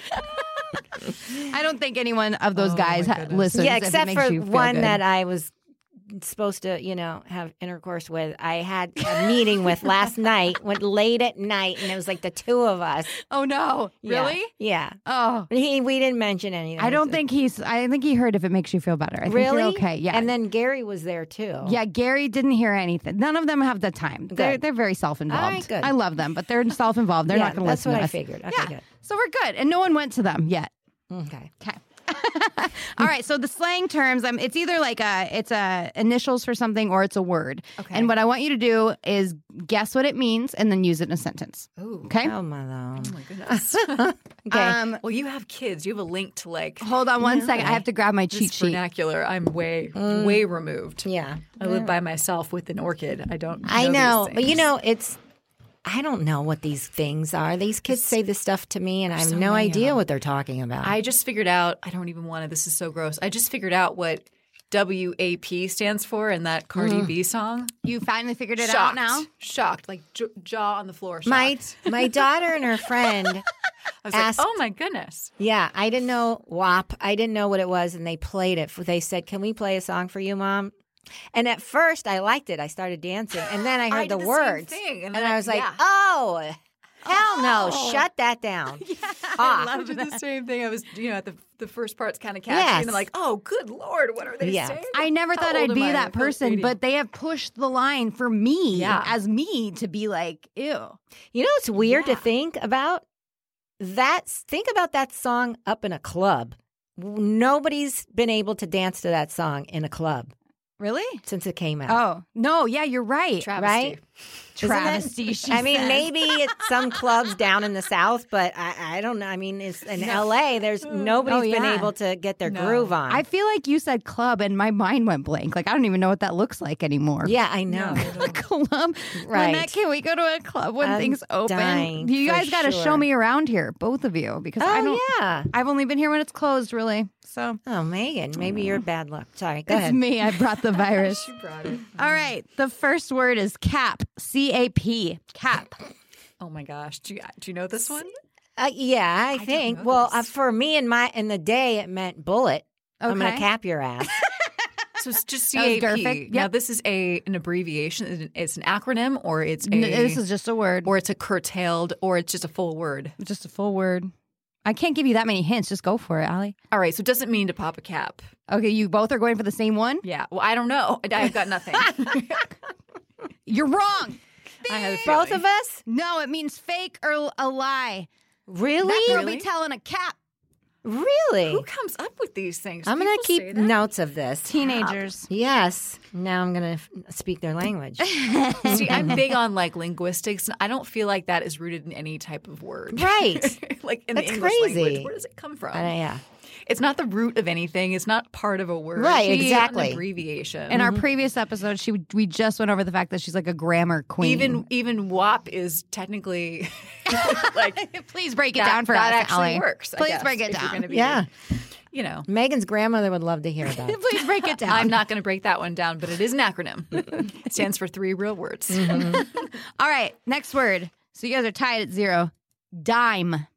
C: I don't think anyone of those
D: Oh, my
C: guys ha-
D: goodness.
C: listens.
E: yeah,
C: if it
E: except
C: makes
E: for
C: you feel
E: one
C: good.
E: that I was supposed to, you know, have intercourse with. I had a meeting with last night, went late at night and it was like the two of us.
C: Oh no!
E: Yeah.
C: Really?
E: Yeah.
C: Oh.
E: He, we didn't mention anything.
C: I don't think he's. I think he heard if it makes you feel better. I think
E: really
C: you're okay. Yeah.
E: And then Gary was there too.
C: yeah, Gary didn't hear anything. None of them have the time. They're
E: Good.
C: they're very self
E: All
C: involved.
E: right, good.
C: I love them, but they're self involved. They're
E: Yeah,
C: not going to
E: That's
C: listen
E: what
C: to
E: I
C: us.
E: figured. Okay,
C: Yeah. So we're good, and no one went to them yet.
E: good. Okay.
C: Okay. All right, so the slang terms, um, it's either like a it's a initials for something or it's a word.
E: Okay.
C: And what I want you to do is guess what it means and then use it in a sentence.
D: Ooh.
C: Okay.
E: Oh my lord.
D: Oh my goodness.
E: Okay.
C: Um,
D: well, you have kids. You have a link to like
C: hold on one second. I
E: okay.
C: have to grab my
D: this
C: cheat sheet.
D: vernacular. I'm way, way removed.
E: Mm. yeah.
D: I live by myself with an orchid. I don't. Know
E: I know,
D: these
E: but you
D: things.
E: know, it's I don't know what these things are. These kids say this stuff to me, and I have
D: so
E: no
D: many of
E: idea
D: them.
E: what they're talking about.
D: I just figured out. I don't even want to. This is so gross. I just figured out what WAP stands for in that Cardi
E: Mm.
D: B song.
C: You finally figured it out
D: shocked.
C: now.
D: Shocked. Like j- jaw on the floor. Shocked.
E: my my daughter and her friend.
D: I was
E: asked-
D: like, oh my goodness.
E: Yeah, I didn't know WAP. I didn't know what it was, and they played it. They said, "Can we play a song for you, mom?" And at first, I liked it. I started dancing, and then I heard
D: did
E: the,
D: the same
E: words,
D: thing, and
E: and,
D: then I-
E: I was like,
D: yeah. Oh.
E: "Oh, hell no! Shut that down." Ah, Off.
D: I did the same thing. I was, you know, at the the first part's kind of catchy,
E: Yes.
D: and I'm like, oh, good lord, what are they
E: Yeah.
D: saying?
C: I never
D: How
C: thought
D: old
C: I'd
D: am
C: be
D: I? I
C: that
D: feel
C: person,
D: 80.
C: but they have pushed the line for me
D: Yeah.
C: as me to be like, ew.
E: You know, it's weird to think about that. Think about that song up in a club. Nobody's been able to dance to that song in a club
C: Really?
E: since it came out.
C: Oh, no, yeah, you're right.
D: Travesty.
E: right? Isn't it?
C: Travesty, she
E: I mean,
C: says.
E: maybe it's some clubs down in the South, but I, I don't know. I mean, it's in LA. There's nobody's
C: Oh, yeah.
E: been able to get their groove on.
C: I feel like you said club and my mind went blank. Like I don't even know what that looks like anymore.
E: yeah, I know.
C: A club. Right.
E: Right.
C: can we go to a club when
E: I'm
C: things open?
E: dying
C: you
E: for
C: guys got to show
E: sure.
C: me around here, both of you, because I don't.
E: Oh yeah.
C: I've only been here when it's closed, really. So
E: Oh Megan, maybe you're bad luck. Sorry. Go
C: it's
E: ahead.
C: me. I brought the virus.
D: Brought it.
C: All right. The first word is cap. C A P. Cap.
D: Oh my gosh. Do you, do you know this one?
E: Uh, yeah, I, think.
D: know
E: Well,
D: this.
E: uh, for me in my in the day, it meant bullet. I'm gonna
C: Okay.
E: cap your ass.
D: So it's just
C: That was
D: CAP.
C: Gerfic.
D: Now
C: Yep.
D: this is a an abbreviation. It's an acronym, or it's a
C: N- this is just a word,
D: or it's a curtailed, or it's just a full word.
C: just a full word. I can't give you that many hints. Just go for it, Allie.
D: All right. So it doesn't mean to pop a cap.
C: Okay, you both are going for the same one.
D: Yeah. Well, I don't know. I- I've got nothing.
C: You're wrong.
D: I have a
E: Both
D: feeling.
E: of us?
C: No, it means fake or l- a lie.
E: Really?
C: That girl
D: Really?
C: be telling a cap.
E: Really?
D: Who comes up with these things?
E: I'm gonna
D: People
E: keep
D: say that?
E: notes of this.
C: Teenagers.
E: Yes. Now I'm gonna f- speak their language.
D: See, I'm big on like linguistics, and I don't feel like that is rooted in any type of word.
E: right.
D: like in
E: That's
D: the English language,
E: crazy.
D: where does it come from?
E: Uh, yeah.
D: It's not the root of anything. It's not part of a word.
E: Right,
D: It's not
E: exactly.
D: An abbreviation.
C: In our previous episode, she we just went over the fact that she's like a grammar queen.
D: even even WAP is technically like
C: please break it
D: that-
C: down for
D: that
C: us,
D: actually
C: Allie.
D: works. I
C: Please
D: guess,
C: break it
D: if you're
C: down.
D: gonna be,
E: Yeah.
D: you know.
E: Megan's grandmother would love to hear about. it.
C: Please break it down.
D: I'm not going to break that one down, but it is an acronym. it stands for three real words.
C: Mm-hmm. All right, next word. So you guys are tied at zero. Dime.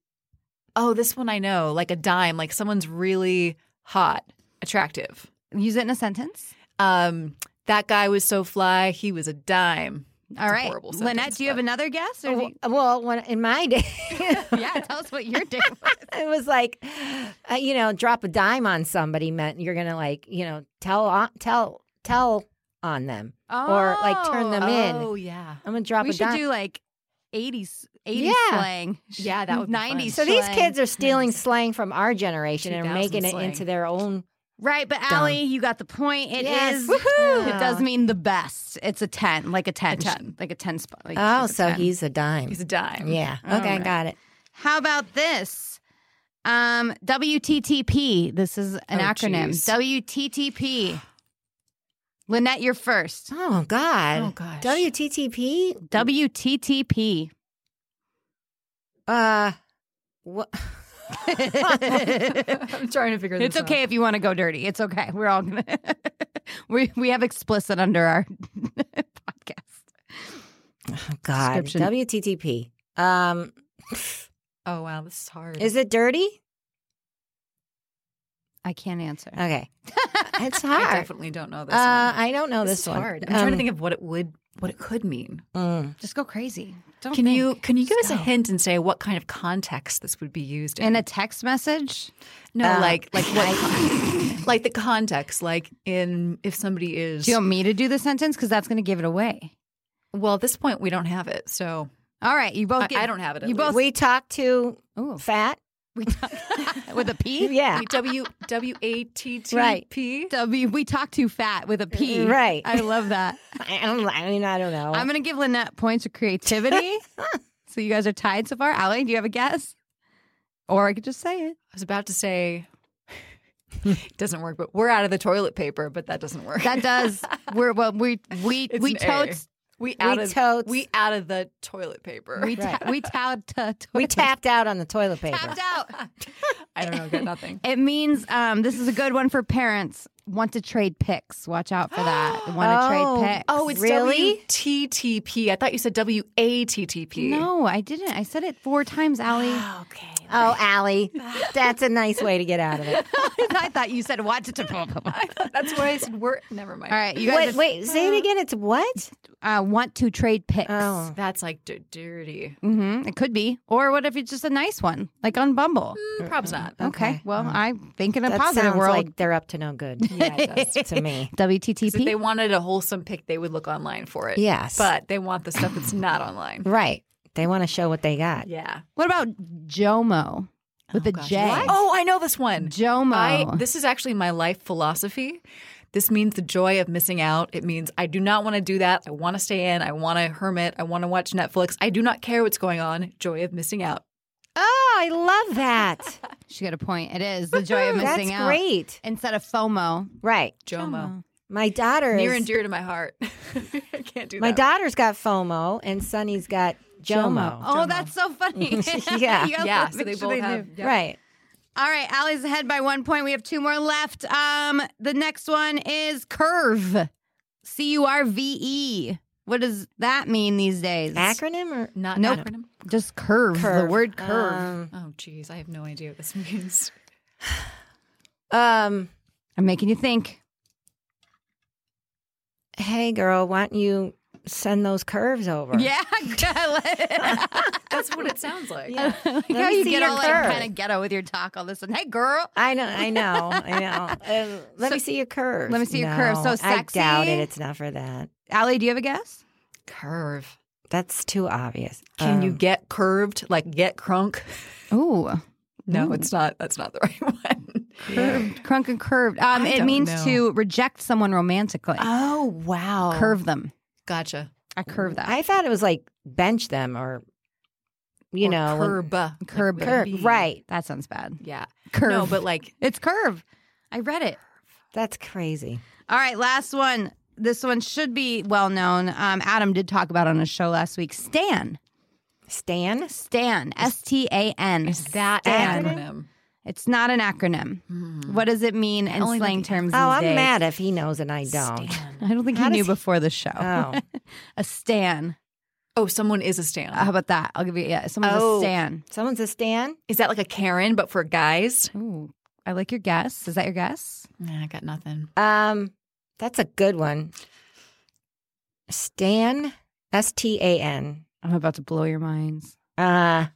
D: Oh, this one I know, like a dime, like someone's really hot, attractive.
C: Use it in a sentence.
D: Um, that guy was so fly, he was a dime. It's
C: All
D: a
C: right,
D: horrible sentence,
C: Lynette, do you have
D: but-
C: another guess? Or do you-
E: Oh, Well, when in my day, it
C: yeah, tell us what you're doing.
E: was like, uh, you know, drop a dime on somebody meant you're gonna like, you know, tell on, tell tell on them or like turn them in.
D: Oh yeah,
E: I'm gonna drop
C: we
E: a
C: should
E: dime.
C: do like 80s, 80s
E: Yeah.
C: slang.
D: Yeah, that would be fun.
C: 90s.
E: so these
C: slang.
E: kids are stealing slang from our generation and
D: 2000
E: making it
D: slang.
E: into their own.
C: Right, but Allie, you got the point. It is.
E: Yes. Oh.
C: It does mean the best. It's a ten, like a ten,
D: 10.
C: like a ten spot. like
E: Oh,
C: she's a
E: so
C: 10.
E: he's a dime.
D: he's a dime.
E: yeah. Okay,
C: right.
E: got it.
C: How about this? Um, WTTP. This is
D: Oh,
C: an acronym.
D: geez.
C: WTTP. Lynette, you're first.
E: Oh God.
D: Oh, gosh.
E: WTTP.
C: WTTP.
E: Uh, what?
D: I'm trying to figure this
C: It's okay if you want to go dirty. It's okay. We're all gonna. we we have explicit under our podcast.
E: Oh God.
C: Description.
E: WTTP. Um,
D: out. Oh wow, this is hard.
E: is it dirty?
C: I can't answer.
E: Okay. it's hard.
D: I definitely don't know this
E: uh,
D: one.
E: I don't know
D: this,
E: this,
D: is
E: one. Um,
D: hard. I'm trying to think of what it would, what it could mean.
E: Mm.
C: Just go crazy. Don't
D: Can
C: think.
D: you can you give us
E: Just
D: a
E: Oh, go.
D: hint and say what kind of context this would be used in?
C: in a text message?
D: no,
E: Uh,
D: like like what, con- like the context, like in if somebody is.
C: Do you want me to do the sentence? Because that's going to give it away.
D: well, at this point we don't have it, so
C: All right, you both.
D: I-
C: get-
D: I don't have it, at
C: You both.
E: We talked to
C: Ooh.
E: fat.
C: We talk with a P.
E: Yeah.
D: W W A T T
E: Right.
D: P.
C: W. We talk too fat with a P.
E: Right.
C: I love that.
E: I, I don't, I mean, I don't know.
C: I'm gonna give Lynette points for creativity. so you guys are tied so far. Allie, do you have a guess? Or I could just say it.
D: I was about to say it doesn't work, but we're out of the toilet paper, but that doesn't work.
C: That does. We're well. We we
D: It's an
C: we
D: A.
C: totes.
D: we out
E: we
D: of
E: totes.
D: we out of the toilet paper.
C: We ta- we towed to
E: we
C: totes.
E: tapped out on the toilet paper.
C: tapped out.
D: I don't know, got nothing.
C: It means um, this is a good one for parents. Want to trade picks? Watch out for that. Want to
E: Oh.
C: trade picks?
D: Oh, it's
E: Really?
D: W T T P. I thought you said W A T T P.
C: no, I didn't. I said it four times, Allie.
D: Okay.
E: Oh, Allie, that's a nice way to get out of it.
C: I thought you said watch it. To- All
D: That's why I said we're never mind.
C: right, you
E: Wait,
C: guys
E: wait, say it again. It's what?
C: Uh, want to trade picks?
E: Oh,
D: That's like d- dirty.
C: hmm It could be. Or what if it's just a nice one, like on Bumble?
D: Mm, Probably not.
C: Okay.
E: okay.
C: Well, I'm thinking a
E: that
C: positive
E: sounds
C: world.
E: like they're up to no good
D: Yeah, it does.
E: to me.
D: So if they
C: WTTP.
D: wanted a wholesome pick, they would look online for it.
E: Yes.
D: But they want the stuff that's not online.
E: Right. They want to show what they got.
D: Yeah.
C: what about Jomo with a J?
D: Oh, I know this one.
C: Jomo.
D: I, this is actually my life philosophy. This means the joy of missing out. It means I do not want to do that. I want to stay in. I want to hermit. I want to watch Netflix. I do not care what's going on. Joy of missing out.
E: Oh, I love that.
C: she got a point. It is the joy of
E: That's
C: missing out.
E: great.
C: Instead of FOMO.
E: Right.
D: Jomo.
E: My daughter
D: Near and
E: is,
D: dear to my heart. I can't do
E: my
D: that.
E: daughter's got FOMO and Sonny's got Jomo.
C: Oh, that's so funny.
E: Yeah.
C: You gotta
D: yeah,
C: make
D: so they
C: sure
D: both
C: knew.
D: have. yeah.
E: Right.
C: All right, Allie's ahead by one point. We have two more left. Um, the next one is curve. C U R V E. What does that mean these days?
E: Acronym or
D: Not
C: Nope.
D: acronym?
C: Just curve. The word curve.
E: Um,
D: Oh, geez. I have no idea what this means.
E: um,
C: I'm making you think.
E: hey girl, why don't you send those curves over?
C: Yeah, I
D: That's what it sounds like.
E: Yeah. Let
C: like how
E: me
C: you
E: see
C: get
E: your
C: all
E: curve.
C: like kind of ghetto with your talk all this and hey girl.
E: I know, I know, I know. Uh, let
C: So-
E: me see your curves.
C: Let me see your curves. So
E: No,
C: sexy?
E: I doubt it. It's not for that.
C: Allie, do you have a guess?
D: Curve.
E: That's too obvious.
D: Can
E: Um,
D: you get curved? Like get crunk?
C: Ooh.
D: No, it's not. That's not the right one.
C: Curved, crunk and curved. Um,
D: I
C: it
D: don't
C: means
D: know.
C: to reject someone romantically.
D: Oh wow.
C: curve them.
D: Gotcha.
C: I curve that.
E: I thought it was like bench them or, you
D: Or
E: know, when-
D: curb. like
C: curb.
D: with a
E: curve.
D: B.
E: Right.
C: that sounds bad.
D: Yeah.
C: Curve.
D: No, but like
C: It's curve. I read it.
E: That's crazy.
C: All right, last one. This one should be well known. Um, Adam did talk about it on his show last week. Stan.
E: Stan?
C: Stan. S T A N.
D: that
C: Stan.
D: acronym. Hmm.
C: It's not an acronym. What does it mean in
D: only know
C: slang
D: the
C: terms?
E: Oh,
C: these
E: I'm
C: days?
E: mad if he knows and I don't.
D: Stan.
C: I don't think he
E: How does
C: knew
E: he-
C: before the show.
E: Oh.
C: a Stan.
D: Oh, someone is a Stan.
C: How about that? I'll give you. Yeah, someone's
E: Oh.
C: a Stan.
E: Someone's a Stan?
D: is that like a Karen but for guys?
C: Ooh, I like your guess. Is that your guess?
D: Nah, I got nothing.
E: Um, that's a good one. Stan? S T A N.
C: I'm about to blow your minds.
E: Uh,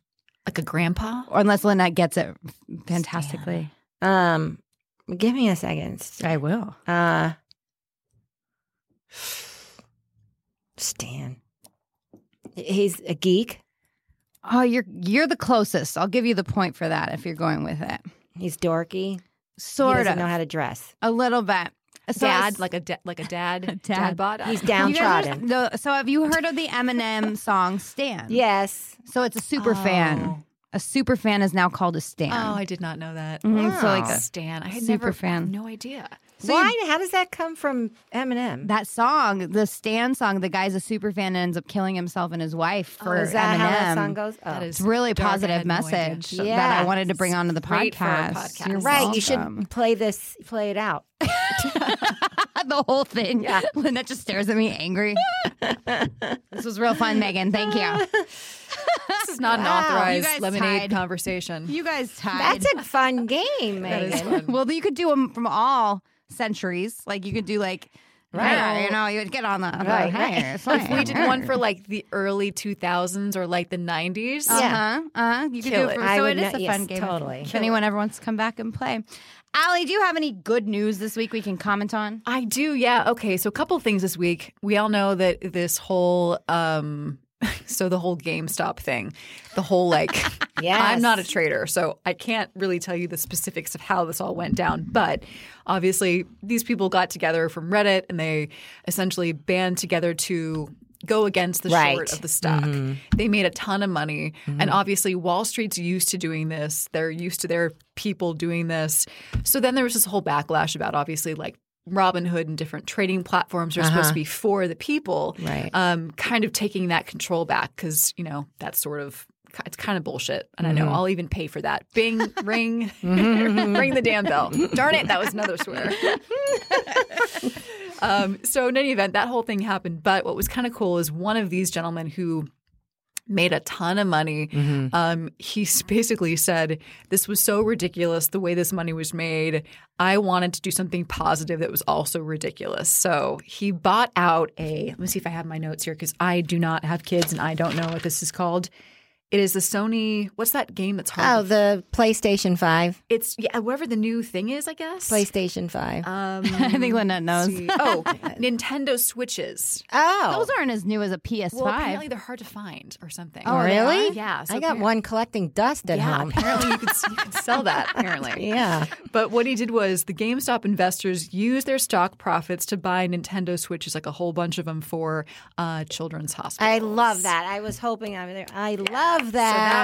D: Like a grandpa?
C: Or unless Lynette gets it fantastically,
E: um, give me a second.
C: I will.
E: Uh, Stan. He's a geek.
C: Oh, you're you're the closest. I'll give you the point for that if you're going with it.
E: He's dorky. he
C: Sort
E: doesn't
C: of.
E: know how to dress.
C: a little bit. So
D: dad,
C: it's-
D: like a da- like a dad,
C: Dad.
D: dad, bod.
E: He's
C: you guys are-
E: downtrodden.
C: no, so have you heard of the Eminem song Stan?
E: Yes.
C: So it's a super fan. A super fan is now called a Stan.
D: Oh, I did not know that.
C: Mhm, so like a-
D: Stan, I had
C: super
D: never,
C: fan.
D: I had no idea.
E: Why? how does that come from Eminem?
C: that song, the Stan song, the guy's a super fan and ends up killing himself and his wife for
E: oh, is that
C: Eminem.
E: how that song goes? Oh.
D: That is
C: It's a really
D: dark, I
C: positive
D: had no idea.
C: message
E: idea.
C: that I
E: Yeah.
C: wanted to bring onto the
D: Great for our
C: podcast.
D: podcast.
C: You're
E: right. You
C: welcome.
E: should play this. Play it out.
C: the whole thing. Yeah. Lynette just stares at me angry. this was real fun, Megan. Thank you.
D: This is not an
E: Wow.
C: You
D: authorized
C: guys
D: lemonade
C: tied.
D: conversation.
C: You guys tied.
E: That's a fun game,
D: That is
E: Megan.
D: fun.
C: Well, you could do them from all centuries. Like you could do like,
E: Right.
C: yeah, you know, you would get on the, the
E: Right,
C: hey,
E: right.
C: it's
D: if we
C: fine.
D: did one for like the early 2000s or like the 90s,
E: Yeah.
C: Uh-huh. Uh-huh. You could
E: Kill
C: do it for,
E: it. I
C: so it
E: would
C: is
E: not-
C: a
E: yes,
C: fun game. if-
E: totally.
C: If
E: Kill
C: anyone ever wants to come back and play. Allie, do you have any good news this week we can comment on?
D: I do. Yeah. Okay. So a couple things this week. We all know that this whole um so the whole GameStop thing, the whole like
E: Yes.
D: I'm not a trader, so I can't really tell you the specifics of how this all went down. But obviously, these people got together from Reddit and they essentially band together to go against the
E: Right.
D: short of the stock. They made a ton of money. And obviously, Wall Street's used to doing this, they're used to their people doing this. So then there was this whole backlash about obviously like Robinhood and different trading platforms are supposed to be for the people
E: Right.
D: um, kind of taking that control back because you know that's sort of it's kind of bullshit, and I know I'll even pay for that. Bing, ring, ring the damn bell. Darn it, that was another swear. um, so in any event, that whole thing happened. But what was kind of cool is one of these gentlemen who made a ton of money. Um, he s- basically said, "This was so ridiculous the way this money was made. I wanted to do something positive that was also ridiculous." So he bought out a. Let me see if I have my notes here because I do not have kids and I don't know what this is called. It is the Sony. What's that game that's hard?
E: Oh,
D: to-
E: the PlayStation 5.
D: it's yeah, whatever the new thing is, I guess.
E: PlayStation 5.
D: Um,
C: I think Lynette knows.
D: see. oh, Nintendo Switches.
E: oh.
C: Those aren't as new as a PS5.
D: Well, apparently they're hard to find or something.
C: Oh, they
E: really?
C: are?
D: Yeah, so
E: I got
D: appar-
E: one collecting dust at
D: yeah,
E: home.
D: apparently you could, s- you could sell that. Apparently,
E: yeah.
D: But what he did was the GameStop investors used their stock profits to buy Nintendo Switches, like a whole bunch of them for uh, children's hospitals.
E: I love that. I was hoping I was there. I love
D: So
E: that.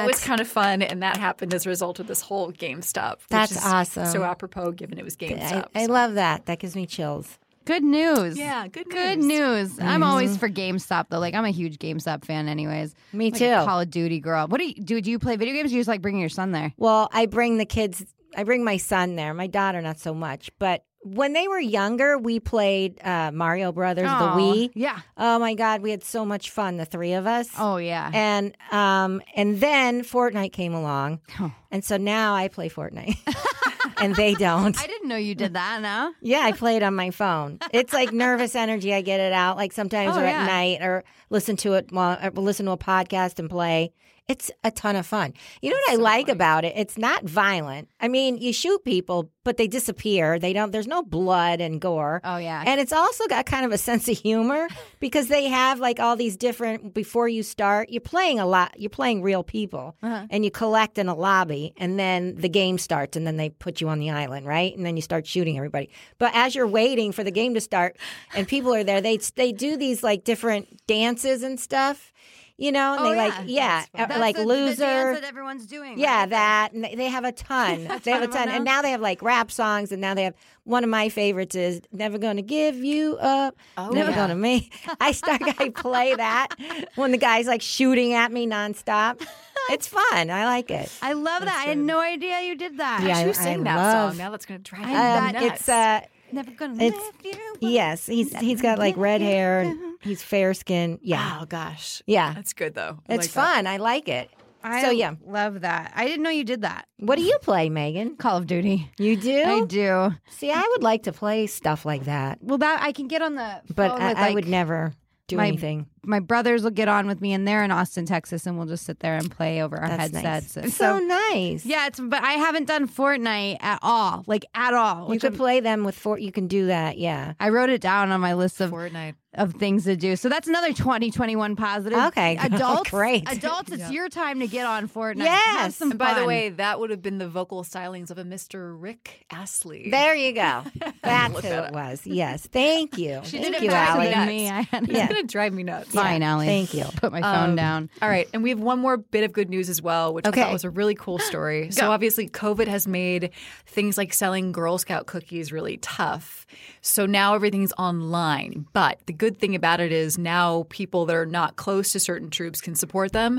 D: that was kind of fun, and that happened as a result of this whole GameStop. Which
E: That's
D: is
E: awesome.
D: So apropos, given it was GameStop.
E: I, I
D: so-
E: love that. That gives me chills.
C: Good news.
D: Yeah, good
C: Good news.
D: news.
E: Mm-hmm.
C: I'm always for GameStop though. Like I'm a huge GameStop fan, anyways.
E: Me
C: Like
E: too.
C: a Call of Duty girl. What do you do? Do you play video games? Or you just like bringing your son there?
E: Well, I bring the kids, I bring my son there, my daughter, not so much. But when they were younger, we played uh, Mario Brothers,
C: Aw,
E: the Wii.
C: Yeah.
E: Oh my God, we had so much fun, the three of us.
C: Oh yeah.
E: And um and then Fortnite came along,
C: Oh.
E: and so now I play Fortnite, and they don't.
C: I didn't know you did that. Now.
E: Yeah, I play it on my phone. It's like nervous energy. I get it out, like sometimes
C: Oh,
E: or
C: yeah.
E: at night, or listen to it while or listen to a podcast and play. It's a ton of fun. You know what I like about it? It's not violent. I mean, you shoot people, but they disappear. They don't. There's no blood and gore.
C: Oh yeah.
E: And it's also got kind of a sense of humor because they have like all these different. Before you start, you're playing a lot. You're playing real people,
C: Uh-huh.
E: and you collect in a lobby, and then the game starts, and then they put you on the island, right? And then you start shooting everybody. But as you're waiting for the game to start, and people are there, they they do these like different dances and stuff, you know, and
C: Oh,
E: they like
C: yeah.
E: yeah, uh,
C: That's
E: like
C: the,
E: loser.
C: The dance that everyone's doing.
E: Yeah,
C: right?
E: that. And they- they have a ton. they have a
C: of 'em
E: ton. And
C: now.
E: now they have like rap songs. And now they have one of my favorites is "Never Gonna Give You Up."
C: Oh,
E: never
D: yeah.
E: gonna me. I start. I play that when the guy's like shooting at me nonstop. It's fun. I like it.
C: I love that. I had no idea you did that.
E: Yeah,
D: Actually,
E: I-
D: you sang
E: I
D: that
E: love-
D: song. Now that's going to drive
E: Uh,
D: me nuts.
E: it's uh,
C: Never gonna
E: it's-
C: live you.
E: yes. He's he's got like red hair. He's fair skinned Yeah,
D: oh gosh,
E: Yeah.
D: that's good though. I
E: it's
D: like that.
E: fun. I like it.
C: I
E: so yeah.
C: love that. I didn't know you did that.
E: What do you play, Megan?
C: Call of Duty.
E: You do?
C: I do.
E: See, I would like to play stuff like that,
C: Well, that I can get on the.
E: but
C: phone
E: I,
C: Oh, with,
E: I
C: like,
E: would never do
C: my-
E: anything.
C: my brothers will get on with me and they're in Austin, Texas, and we'll just sit there and play over our
E: That's nice.
C: headsets.
E: It's so, nice.
C: yeah, it's but I haven't done Fortnite at all, like at all.
E: You
C: Which
E: could
C: I'm-
E: play them with four. You can do that. Yeah.
C: I wrote it down on my list of,
D: Fortnite.
C: of things to do. So that's another 2021 positive.
E: Okay. oh,
C: Adults,
E: Great.
C: Adults, it's
D: Yeah.
C: your time to get on Fortnite.
E: Yes.
C: Have some
D: And by the
C: fun.
D: way, that would have been the vocal stylings of a Mr. Rick Astley.
E: There you go. That's who
D: Look
E: it
D: that
E: was. Yes. Thank you.
D: She
E: Thank
D: did it
E: you,
D: faster
E: Allie.
D: than Alex.
C: than me. I had
D: It's
E: Yeah.
D: going to drive me nuts.
C: Fine, Allie.
E: Thank you.
C: Put my phone
D: Um,
C: down.
D: All right, and we have one more bit of good news as well, which I
E: Okay.
D: thought was a really cool story. so obviously, COVID has made things like selling Girl Scout cookies really tough. So now everything's online, but the good thing about it is now people that are not close to certain troops can support them.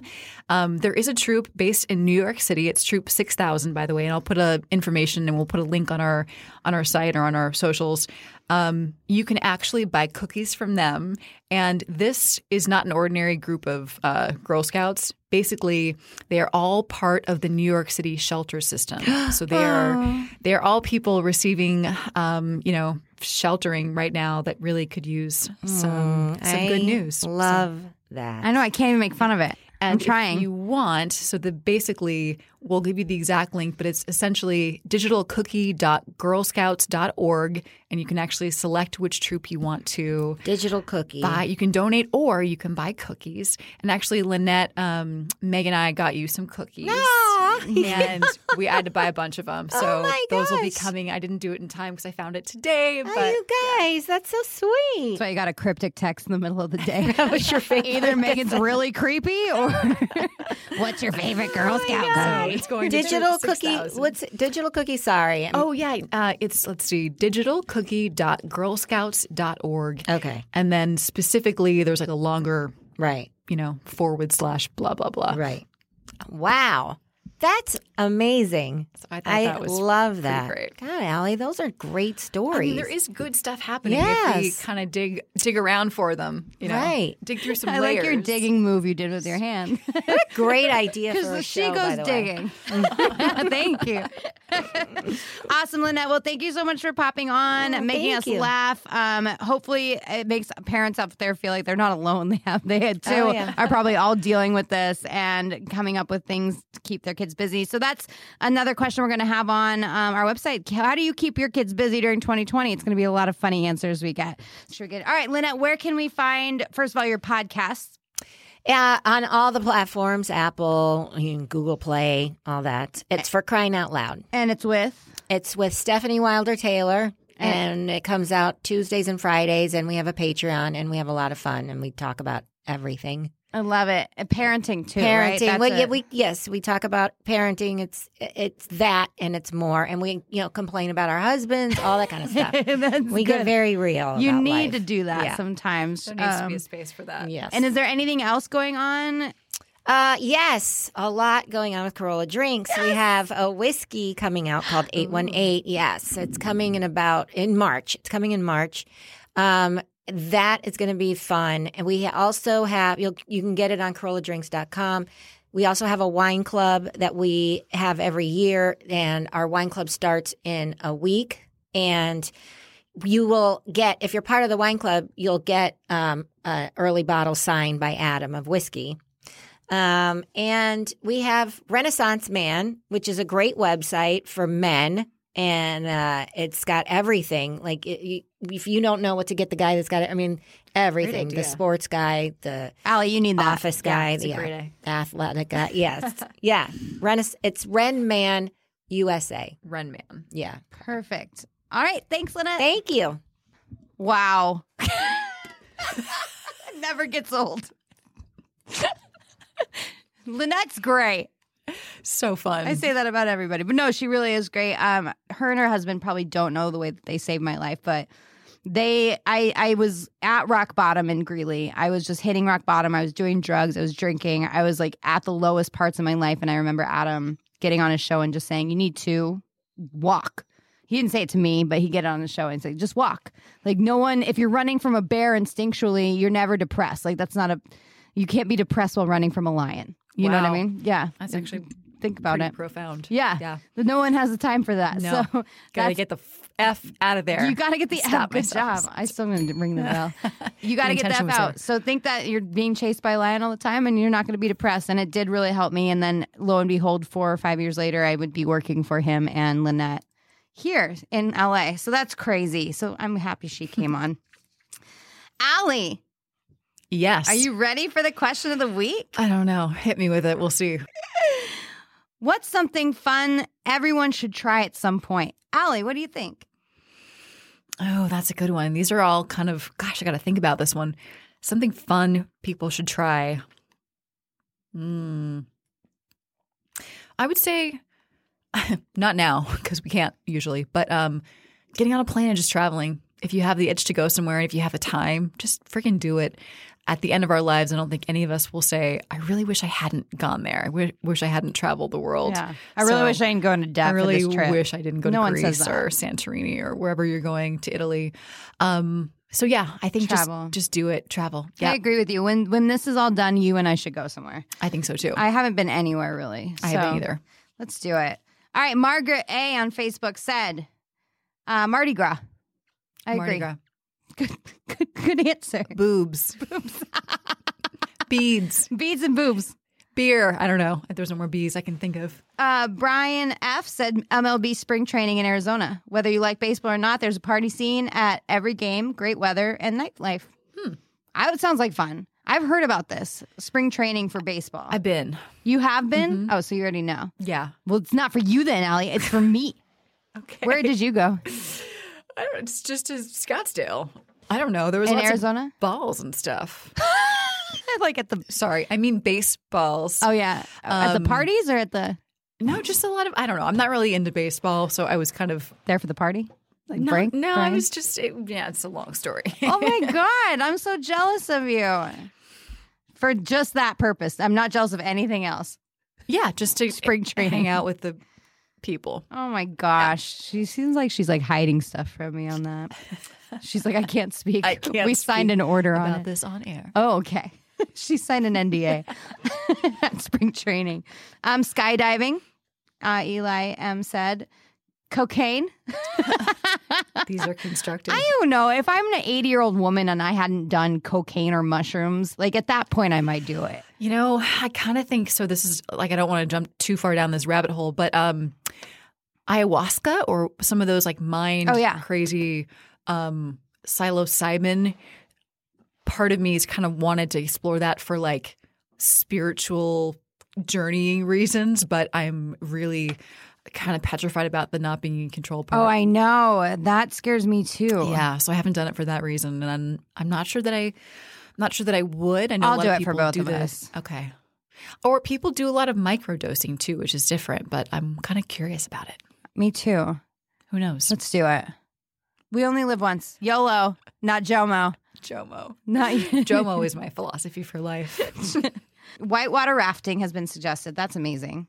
D: Um, there is a troop based in New York City. It's Troop Six Thousand, by the way, and I'll put a information and we'll put a link on our on our site or on our socials um, you can actually buy cookies from them. And this is not an ordinary group of uh, Girl Scouts. Basically, they are all part of the New York City shelter system. So they are they are all people receiving, um, you know, sheltering right now that really could use some some good news. So-
E: Love that.
C: I know I can't even make fun of it.
D: And if
C: trying.
D: you want, so the basically, we'll give you the exact link, but it's essentially digitalcookie.girlscouts.org, and you can actually select which troop you want to
E: Digital cookie.
D: buy. You can donate or you can buy cookies. And actually, Lynette, um, Meg, and I got you some cookies.
E: Aw.
D: And we had to buy a bunch of them. So
E: Oh my
D: those will be
E: gosh.
D: coming. I didn't do it in time because I found it today. But
E: Oh, you guys, that's so sweet.
C: That's why you got a cryptic text in the middle of the day.
E: What's your favorite?
C: Either Megan's really creepy or Oh what's your favorite Girl Scout
D: So
C: cookie?
D: it's going to
E: Oh digital
D: 36,000.
E: cookie. What's digital cookie? Sorry. I'm-
D: Oh yeah, uh, it's let's see, digitalcookie.girlscouts.org,
E: okay.
D: and then specifically there's like a longer,
E: Right.
D: you know, forward slash blah blah blah.
E: Right. Wow. That's amazing.
D: So I thought
E: I
D: that was
E: love
D: pretty
E: that.
D: great.
E: God, Allie, those are
D: I
E: great stories.
D: mean, there is good stuff happening if we
E: Yes.
D: kind of dig dig around for them. You know,
E: Right.
D: Dig through some
C: I
D: layers.
C: like your digging move you did with your hand.
E: great idea for a
C: Because she
E: show, by
C: goes
E: the way.
C: digging. thank you. awesome, Lynette. Well, thank you so much for popping on,
E: Oh,
C: making
E: thank
C: us
E: you.
C: laugh. Um, hopefully, it makes parents out there feel like they're not alone. They have they had two
E: Oh, yeah.
C: are probably all dealing with this and coming up with things to keep their kids busy. So that's another question we're going to have on um, our website. How do you keep your kids busy during 2020? It's going to be a lot of funny answers we get. Sure, good. All right, Lynette. Where can we find first of all your podcasts?
E: Yeah, on all the platforms, Apple, you know, Google Play, all that. It's for crying out loud.
C: And it's with.
E: It's with Stephanie Wilder Taylor.
C: Eh.
E: And it comes out Tuesdays and Fridays, and we have a Patreon, and we have a lot of fun, and we talk about everything.
C: I love it. And parenting too. right?
E: parenting.
C: That's
E: Well, yeah,
C: a-
E: we yes, we talk about parenting. It's it's that and it's more, and we you know complain about our husbands, all that kind of stuff.
C: That's
E: we
C: good.
E: get very real.
C: You
E: about
C: need
E: life.
C: to do that
E: Yeah.
C: sometimes.
D: There needs to be
C: Um,
D: a space for that.
E: Yes.
C: and is there anything else going on?
E: uh, yes, a lot going on with Corolla Drinks. We have a whiskey coming out called 818. Yes, it's coming in about in March. It's coming in March. Um, that is going to be fun. And we also have you'll you can get it on corolladrinks.com. We also have a wine club that we have every year and our wine club starts in a week and you will get if you're part of the wine club you'll get um, an early bottle signed by adam of whiskey um, and we have renaissance man which is a great website for men and uh, it's got everything like it, you, if you don't know what to get the guy that's got it i mean everything the sports guy the
C: Allie, you need that.
E: office guy
D: it's Ah, a
E: the
D: great idea.
E: athletic guy yes yeah Renais- it's ren man usa
D: Run man.
E: yeah
C: Perfect. All right. Thanks, Lynette.
E: thank you
C: wow. Never gets old. Lynette's great.
D: So fun.
C: I say that about everybody, but no, she really is great. Um, her and her husband probably don't know the way that they saved my life, but they, I, I was at rock bottom in Greeley. I was just hitting rock bottom. I was doing drugs. I was drinking. I was like at the lowest parts of my life, and I remember Adam getting on his show and just saying, "You need to walk." He didn't say it to me, but he get on the show and say, "Just walk." Like no one, if you're running from a bear instinctually, you're never depressed. Like that's not a, you can't be depressed while running from a lion. You know what I
D: Wow.
C: mean? Yeah,
D: That's actually
C: think about
D: pretty
C: it.
D: profound.
C: Yeah.
D: Yeah.
C: Th- No one has the time for that.
D: No.
C: So
D: Gotta
C: that's-
D: get the f-, f out of there.
C: you got to get the
D: Stop
C: F. Good
D: myself.
C: job. I still going to ring the bell. You got
D: The
C: to get that
D: intention was
C: out. So think that you're being chased by a lion all the time and you're not going to be depressed. And it did really help me. And then lo and behold, four or five years later, I would be working for him and Lynette here in LA. So that's crazy. So I'm happy she came on. Allie,
D: Yes.
C: are you ready for the question of the week?
D: I don't know. Hit me with it. We'll see.
C: What's something fun everyone should try at some point? Allie, what do you think?
D: Oh, that's a good one. These are all kind of, gosh, I got to think about this one. Something fun people should try. Hmm. I would say, not now, because we can't usually, but um, getting on a plane and just traveling. If you have the itch to go somewhere and if you have the time, just freaking do it. At the end of our lives, I don't think any of us will say, I really wish I hadn't gone there. I wi- wish I hadn't traveled the world.
C: I really
D: So-
C: wish I didn't go into debt
D: I really
C: for this trip.
D: wish I didn't go to
C: No one says
D: Greece
C: that.
D: or Santorini or wherever you're going to Italy. Um, so yeah, I think
C: Travel.
D: just just do it. Travel.
C: I
D: Yeah,
C: agree with you. When when this is all done, you and I should go somewhere.
D: I think so too. I,
C: I haven't been anywhere really. so
D: haven't either.
C: Let's do it. All right, Margaret A on Facebook said, uh, "Mardi Gras." I
D: Mardi
C: agree.
D: Gras.
C: Good, good, good answer.
D: Boobs. Boobs. Beads.
C: Beads and boobs.
D: Beer. I don't know. There's no more B's I can think of.
C: Uh, Brian F said MLB spring training in Arizona. Whether you like baseball or not, there's a party scene at every game, great weather and nightlife. Hmm. I, it sounds like fun. I've heard about this spring training for baseball.
D: I've been.
C: you have been?
D: Mm-hmm.
C: Oh, so you already know.
D: Yeah.
C: Well, it's not for you then, Allie. It's for me.
D: Okay.
C: Where did you go?
D: I don't, it's just as Scottsdale. I don't know. There was
C: In
D: lots of
C: Arizona?
D: balls and stuff.
C: like at the.
D: Sorry, I mean baseballs.
C: Oh, yeah. at
D: Um,
C: the parties or at the.
D: No, just a lot of I don't know. I'm not really into baseball, so I was kind of
C: There for the party? Like
D: no,
C: Frank?
D: no. I
C: Brian?
D: was just it, yeah. It's a long story.
C: Oh my God. I'm so jealous of you for just that purpose. I'm not jealous of anything else.
D: yeah, just to
C: Spring training.
D: hang out with the people.
C: Oh my gosh. She seems like she's like hiding stuff from me on that. She's like, I can't speak.
D: I can't
C: we signed
D: speak
C: an order on
D: About
C: it.
D: this on air.
C: Oh, okay. she signed an NDA at spring training. Um, skydiving, uh, Eli M said. Cocaine.
D: These are constructive.
C: I don't know. If I'm an 80 year old woman and I hadn't done cocaine or mushrooms, like at that point, I might do it.
D: You know, I kind of think so. This is like I don't want to jump too far down this rabbit hole, but um, ayahuasca or some of those like mind
C: Oh, yeah.
D: crazy um, psilocybin. Part of me is kind of wanted to explore that for like spiritual journeying reasons, but I'm really kind of petrified about the not being in control part.
C: Oh, I know. That scares me too.
D: yeah, so I haven't done it for that reason, and I'm I'm not sure that I, I'm not sure that I would. I know
C: I'll
D: a lot
C: do
D: of
C: it for
D: people
C: both
D: do
C: of
D: this. Okay. Or people do a lot of microdosing too, which is different. But I'm kind of curious about it.
C: Me too.
D: Who knows?
C: Let's do it. We only live once. YOLO, not JOMO.
D: Jomo.
C: Not
D: Jomo is my philosophy for life.
C: Whitewater rafting has been suggested. That's amazing.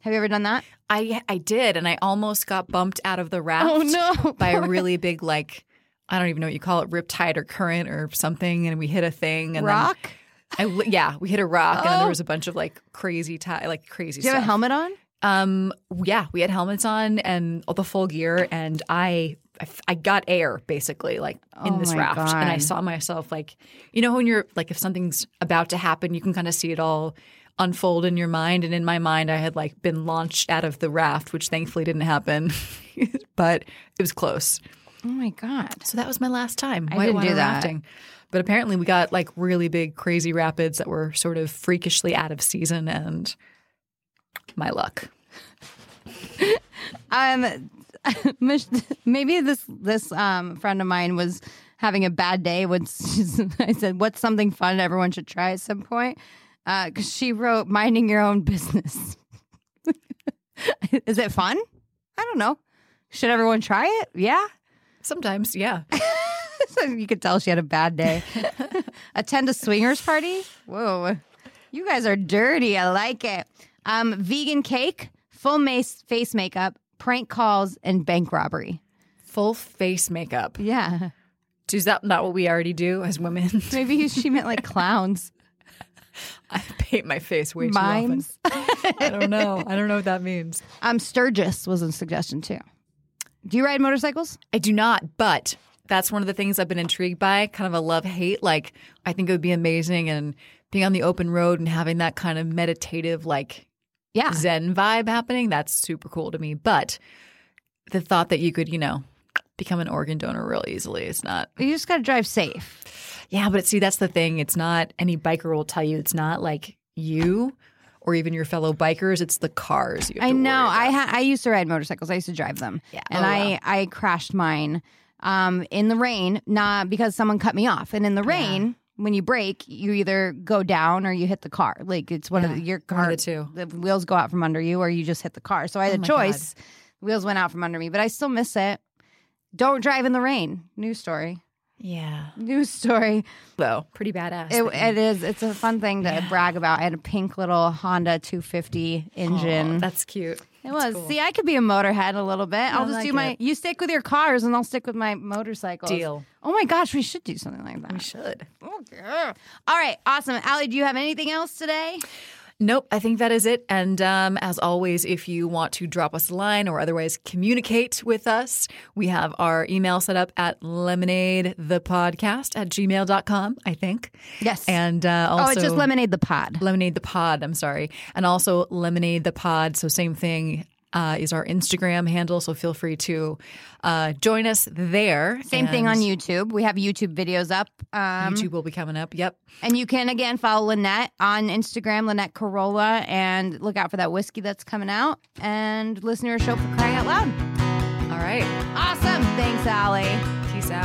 C: Have you ever done that?
D: I I did, and I almost got bumped out of the raft.
C: Oh, no.
D: By a really big like. I don't even know what you call it, riptide or current or something, and we hit a thing. And then
C: Rock?
D: I li- yeah, we hit a rock, and then
C: Oh.
D: there was a bunch of like crazy tie, like crazy.
C: Do you
D: stuff.
C: have a helmet on?
D: Um, yeah, we had helmets on and all the full gear, and I, I, f- I got air basically, like in
C: Oh
D: this
C: my
D: raft, and I
C: God.
D: saw myself like, you know, when you're like, if something's about to happen, you can kind of see it all unfold in your mind, and in my mind, I had like been launched out of the raft, which thankfully didn't happen, but it was close.
C: Oh my God.
D: So that was my last time
C: I didn't do
D: whitewater
C: that.
D: rafting. But apparently, we got like really big, crazy rapids that were sort of freakishly out of season, and my luck.
C: Um, Mich- maybe this this um, friend of mine was having a bad day. When she's- I said, "What's something fun everyone should try at some point?" Because she wrote, "Minding your own business." Is it fun? I don't know. Should everyone try it? Yeah.
D: Sometimes, yeah.
C: So you could tell she had a bad day. Attend a swingers party? Whoa. You guys are dirty. I like it. Um, vegan cake, full mace face makeup, prank calls, and bank robbery.
D: Full face makeup.
C: Yeah.
D: Is that not what we already do as women?
C: Maybe she meant like clowns,
D: I paint my face way too
C: mimes.
D: often. I don't know. I don't know what that means.
C: Um, Sturgis was a suggestion too. Do you ride motorcycles?
D: I do not, but that's one of the things I've been intrigued by, kind of a love hate. Like I think it would be amazing and being on the open road and having that kind of meditative like
C: Yeah.
D: zen vibe happening, that's super cool to me. But the thought that you could, you know, become an organ donor real easily is not
C: You just got to drive safe.
D: Yeah, but see, that's the thing. It's not any biker will tell you. It's not like you or even your fellow bikers. It's the cars. You have
C: I
D: to worry
C: know. I
D: about.
C: ha- I used to ride motorcycles. I used to drive them.
D: Yeah.
C: And
D: Oh,
C: I
D: wow.
C: I crashed mine um in the rain, not because someone cut me off. And in the rain, when you brake, you either go down or you hit the car. Like it's one of the, your
D: one
C: car
D: of the two.
C: The wheels go out from under you or you just hit the car. So I had
D: Oh my God.
C: a choice. Wheels went out from under me, but I still miss it. Don't drive in the rain. New story.
D: yeah,
C: New story.
D: though pretty badass. that
C: It,
D: you-
C: it is. It's a fun thing to brag about. I had a pink little Honda 250 engine.
D: Aw, that's cute.
C: It was. See, I could be a motorhead a little bit. I'll
D: I
C: just
D: like
C: do my.
D: it.
C: You stick with your cars, and I'll stick with my motorcycles.
D: Deal.
C: Oh my gosh, we should do something like that.
D: should.
C: Okay. All right, awesome, Allie. Do you have anything else today?
D: Nope, I think that is it. And um, as always, if you want to drop us a line or otherwise communicate with us, we have our email set up at lemonadethepodcast at gmail.com, I think.
C: Yes.
D: And uh, also,
C: oh, it's just lemonade the pod.
D: Lemonade the Pod, I'm sorry. And also Lemonade the Pod, so same thing, uh, is our Instagram handle. So feel free to uh, join us there.
C: Same thing on
D: And
C: YouTube. We have YouTube videos up. Um,
D: YouTube will be coming up. Yep.
C: And you can again follow Lynette on Instagram, Lynette Corolla, and look out for that whiskey that's coming out. And listen to her show for crying out loud.
D: All right.
C: Awesome. Thanks, Allie.
D: Peace out.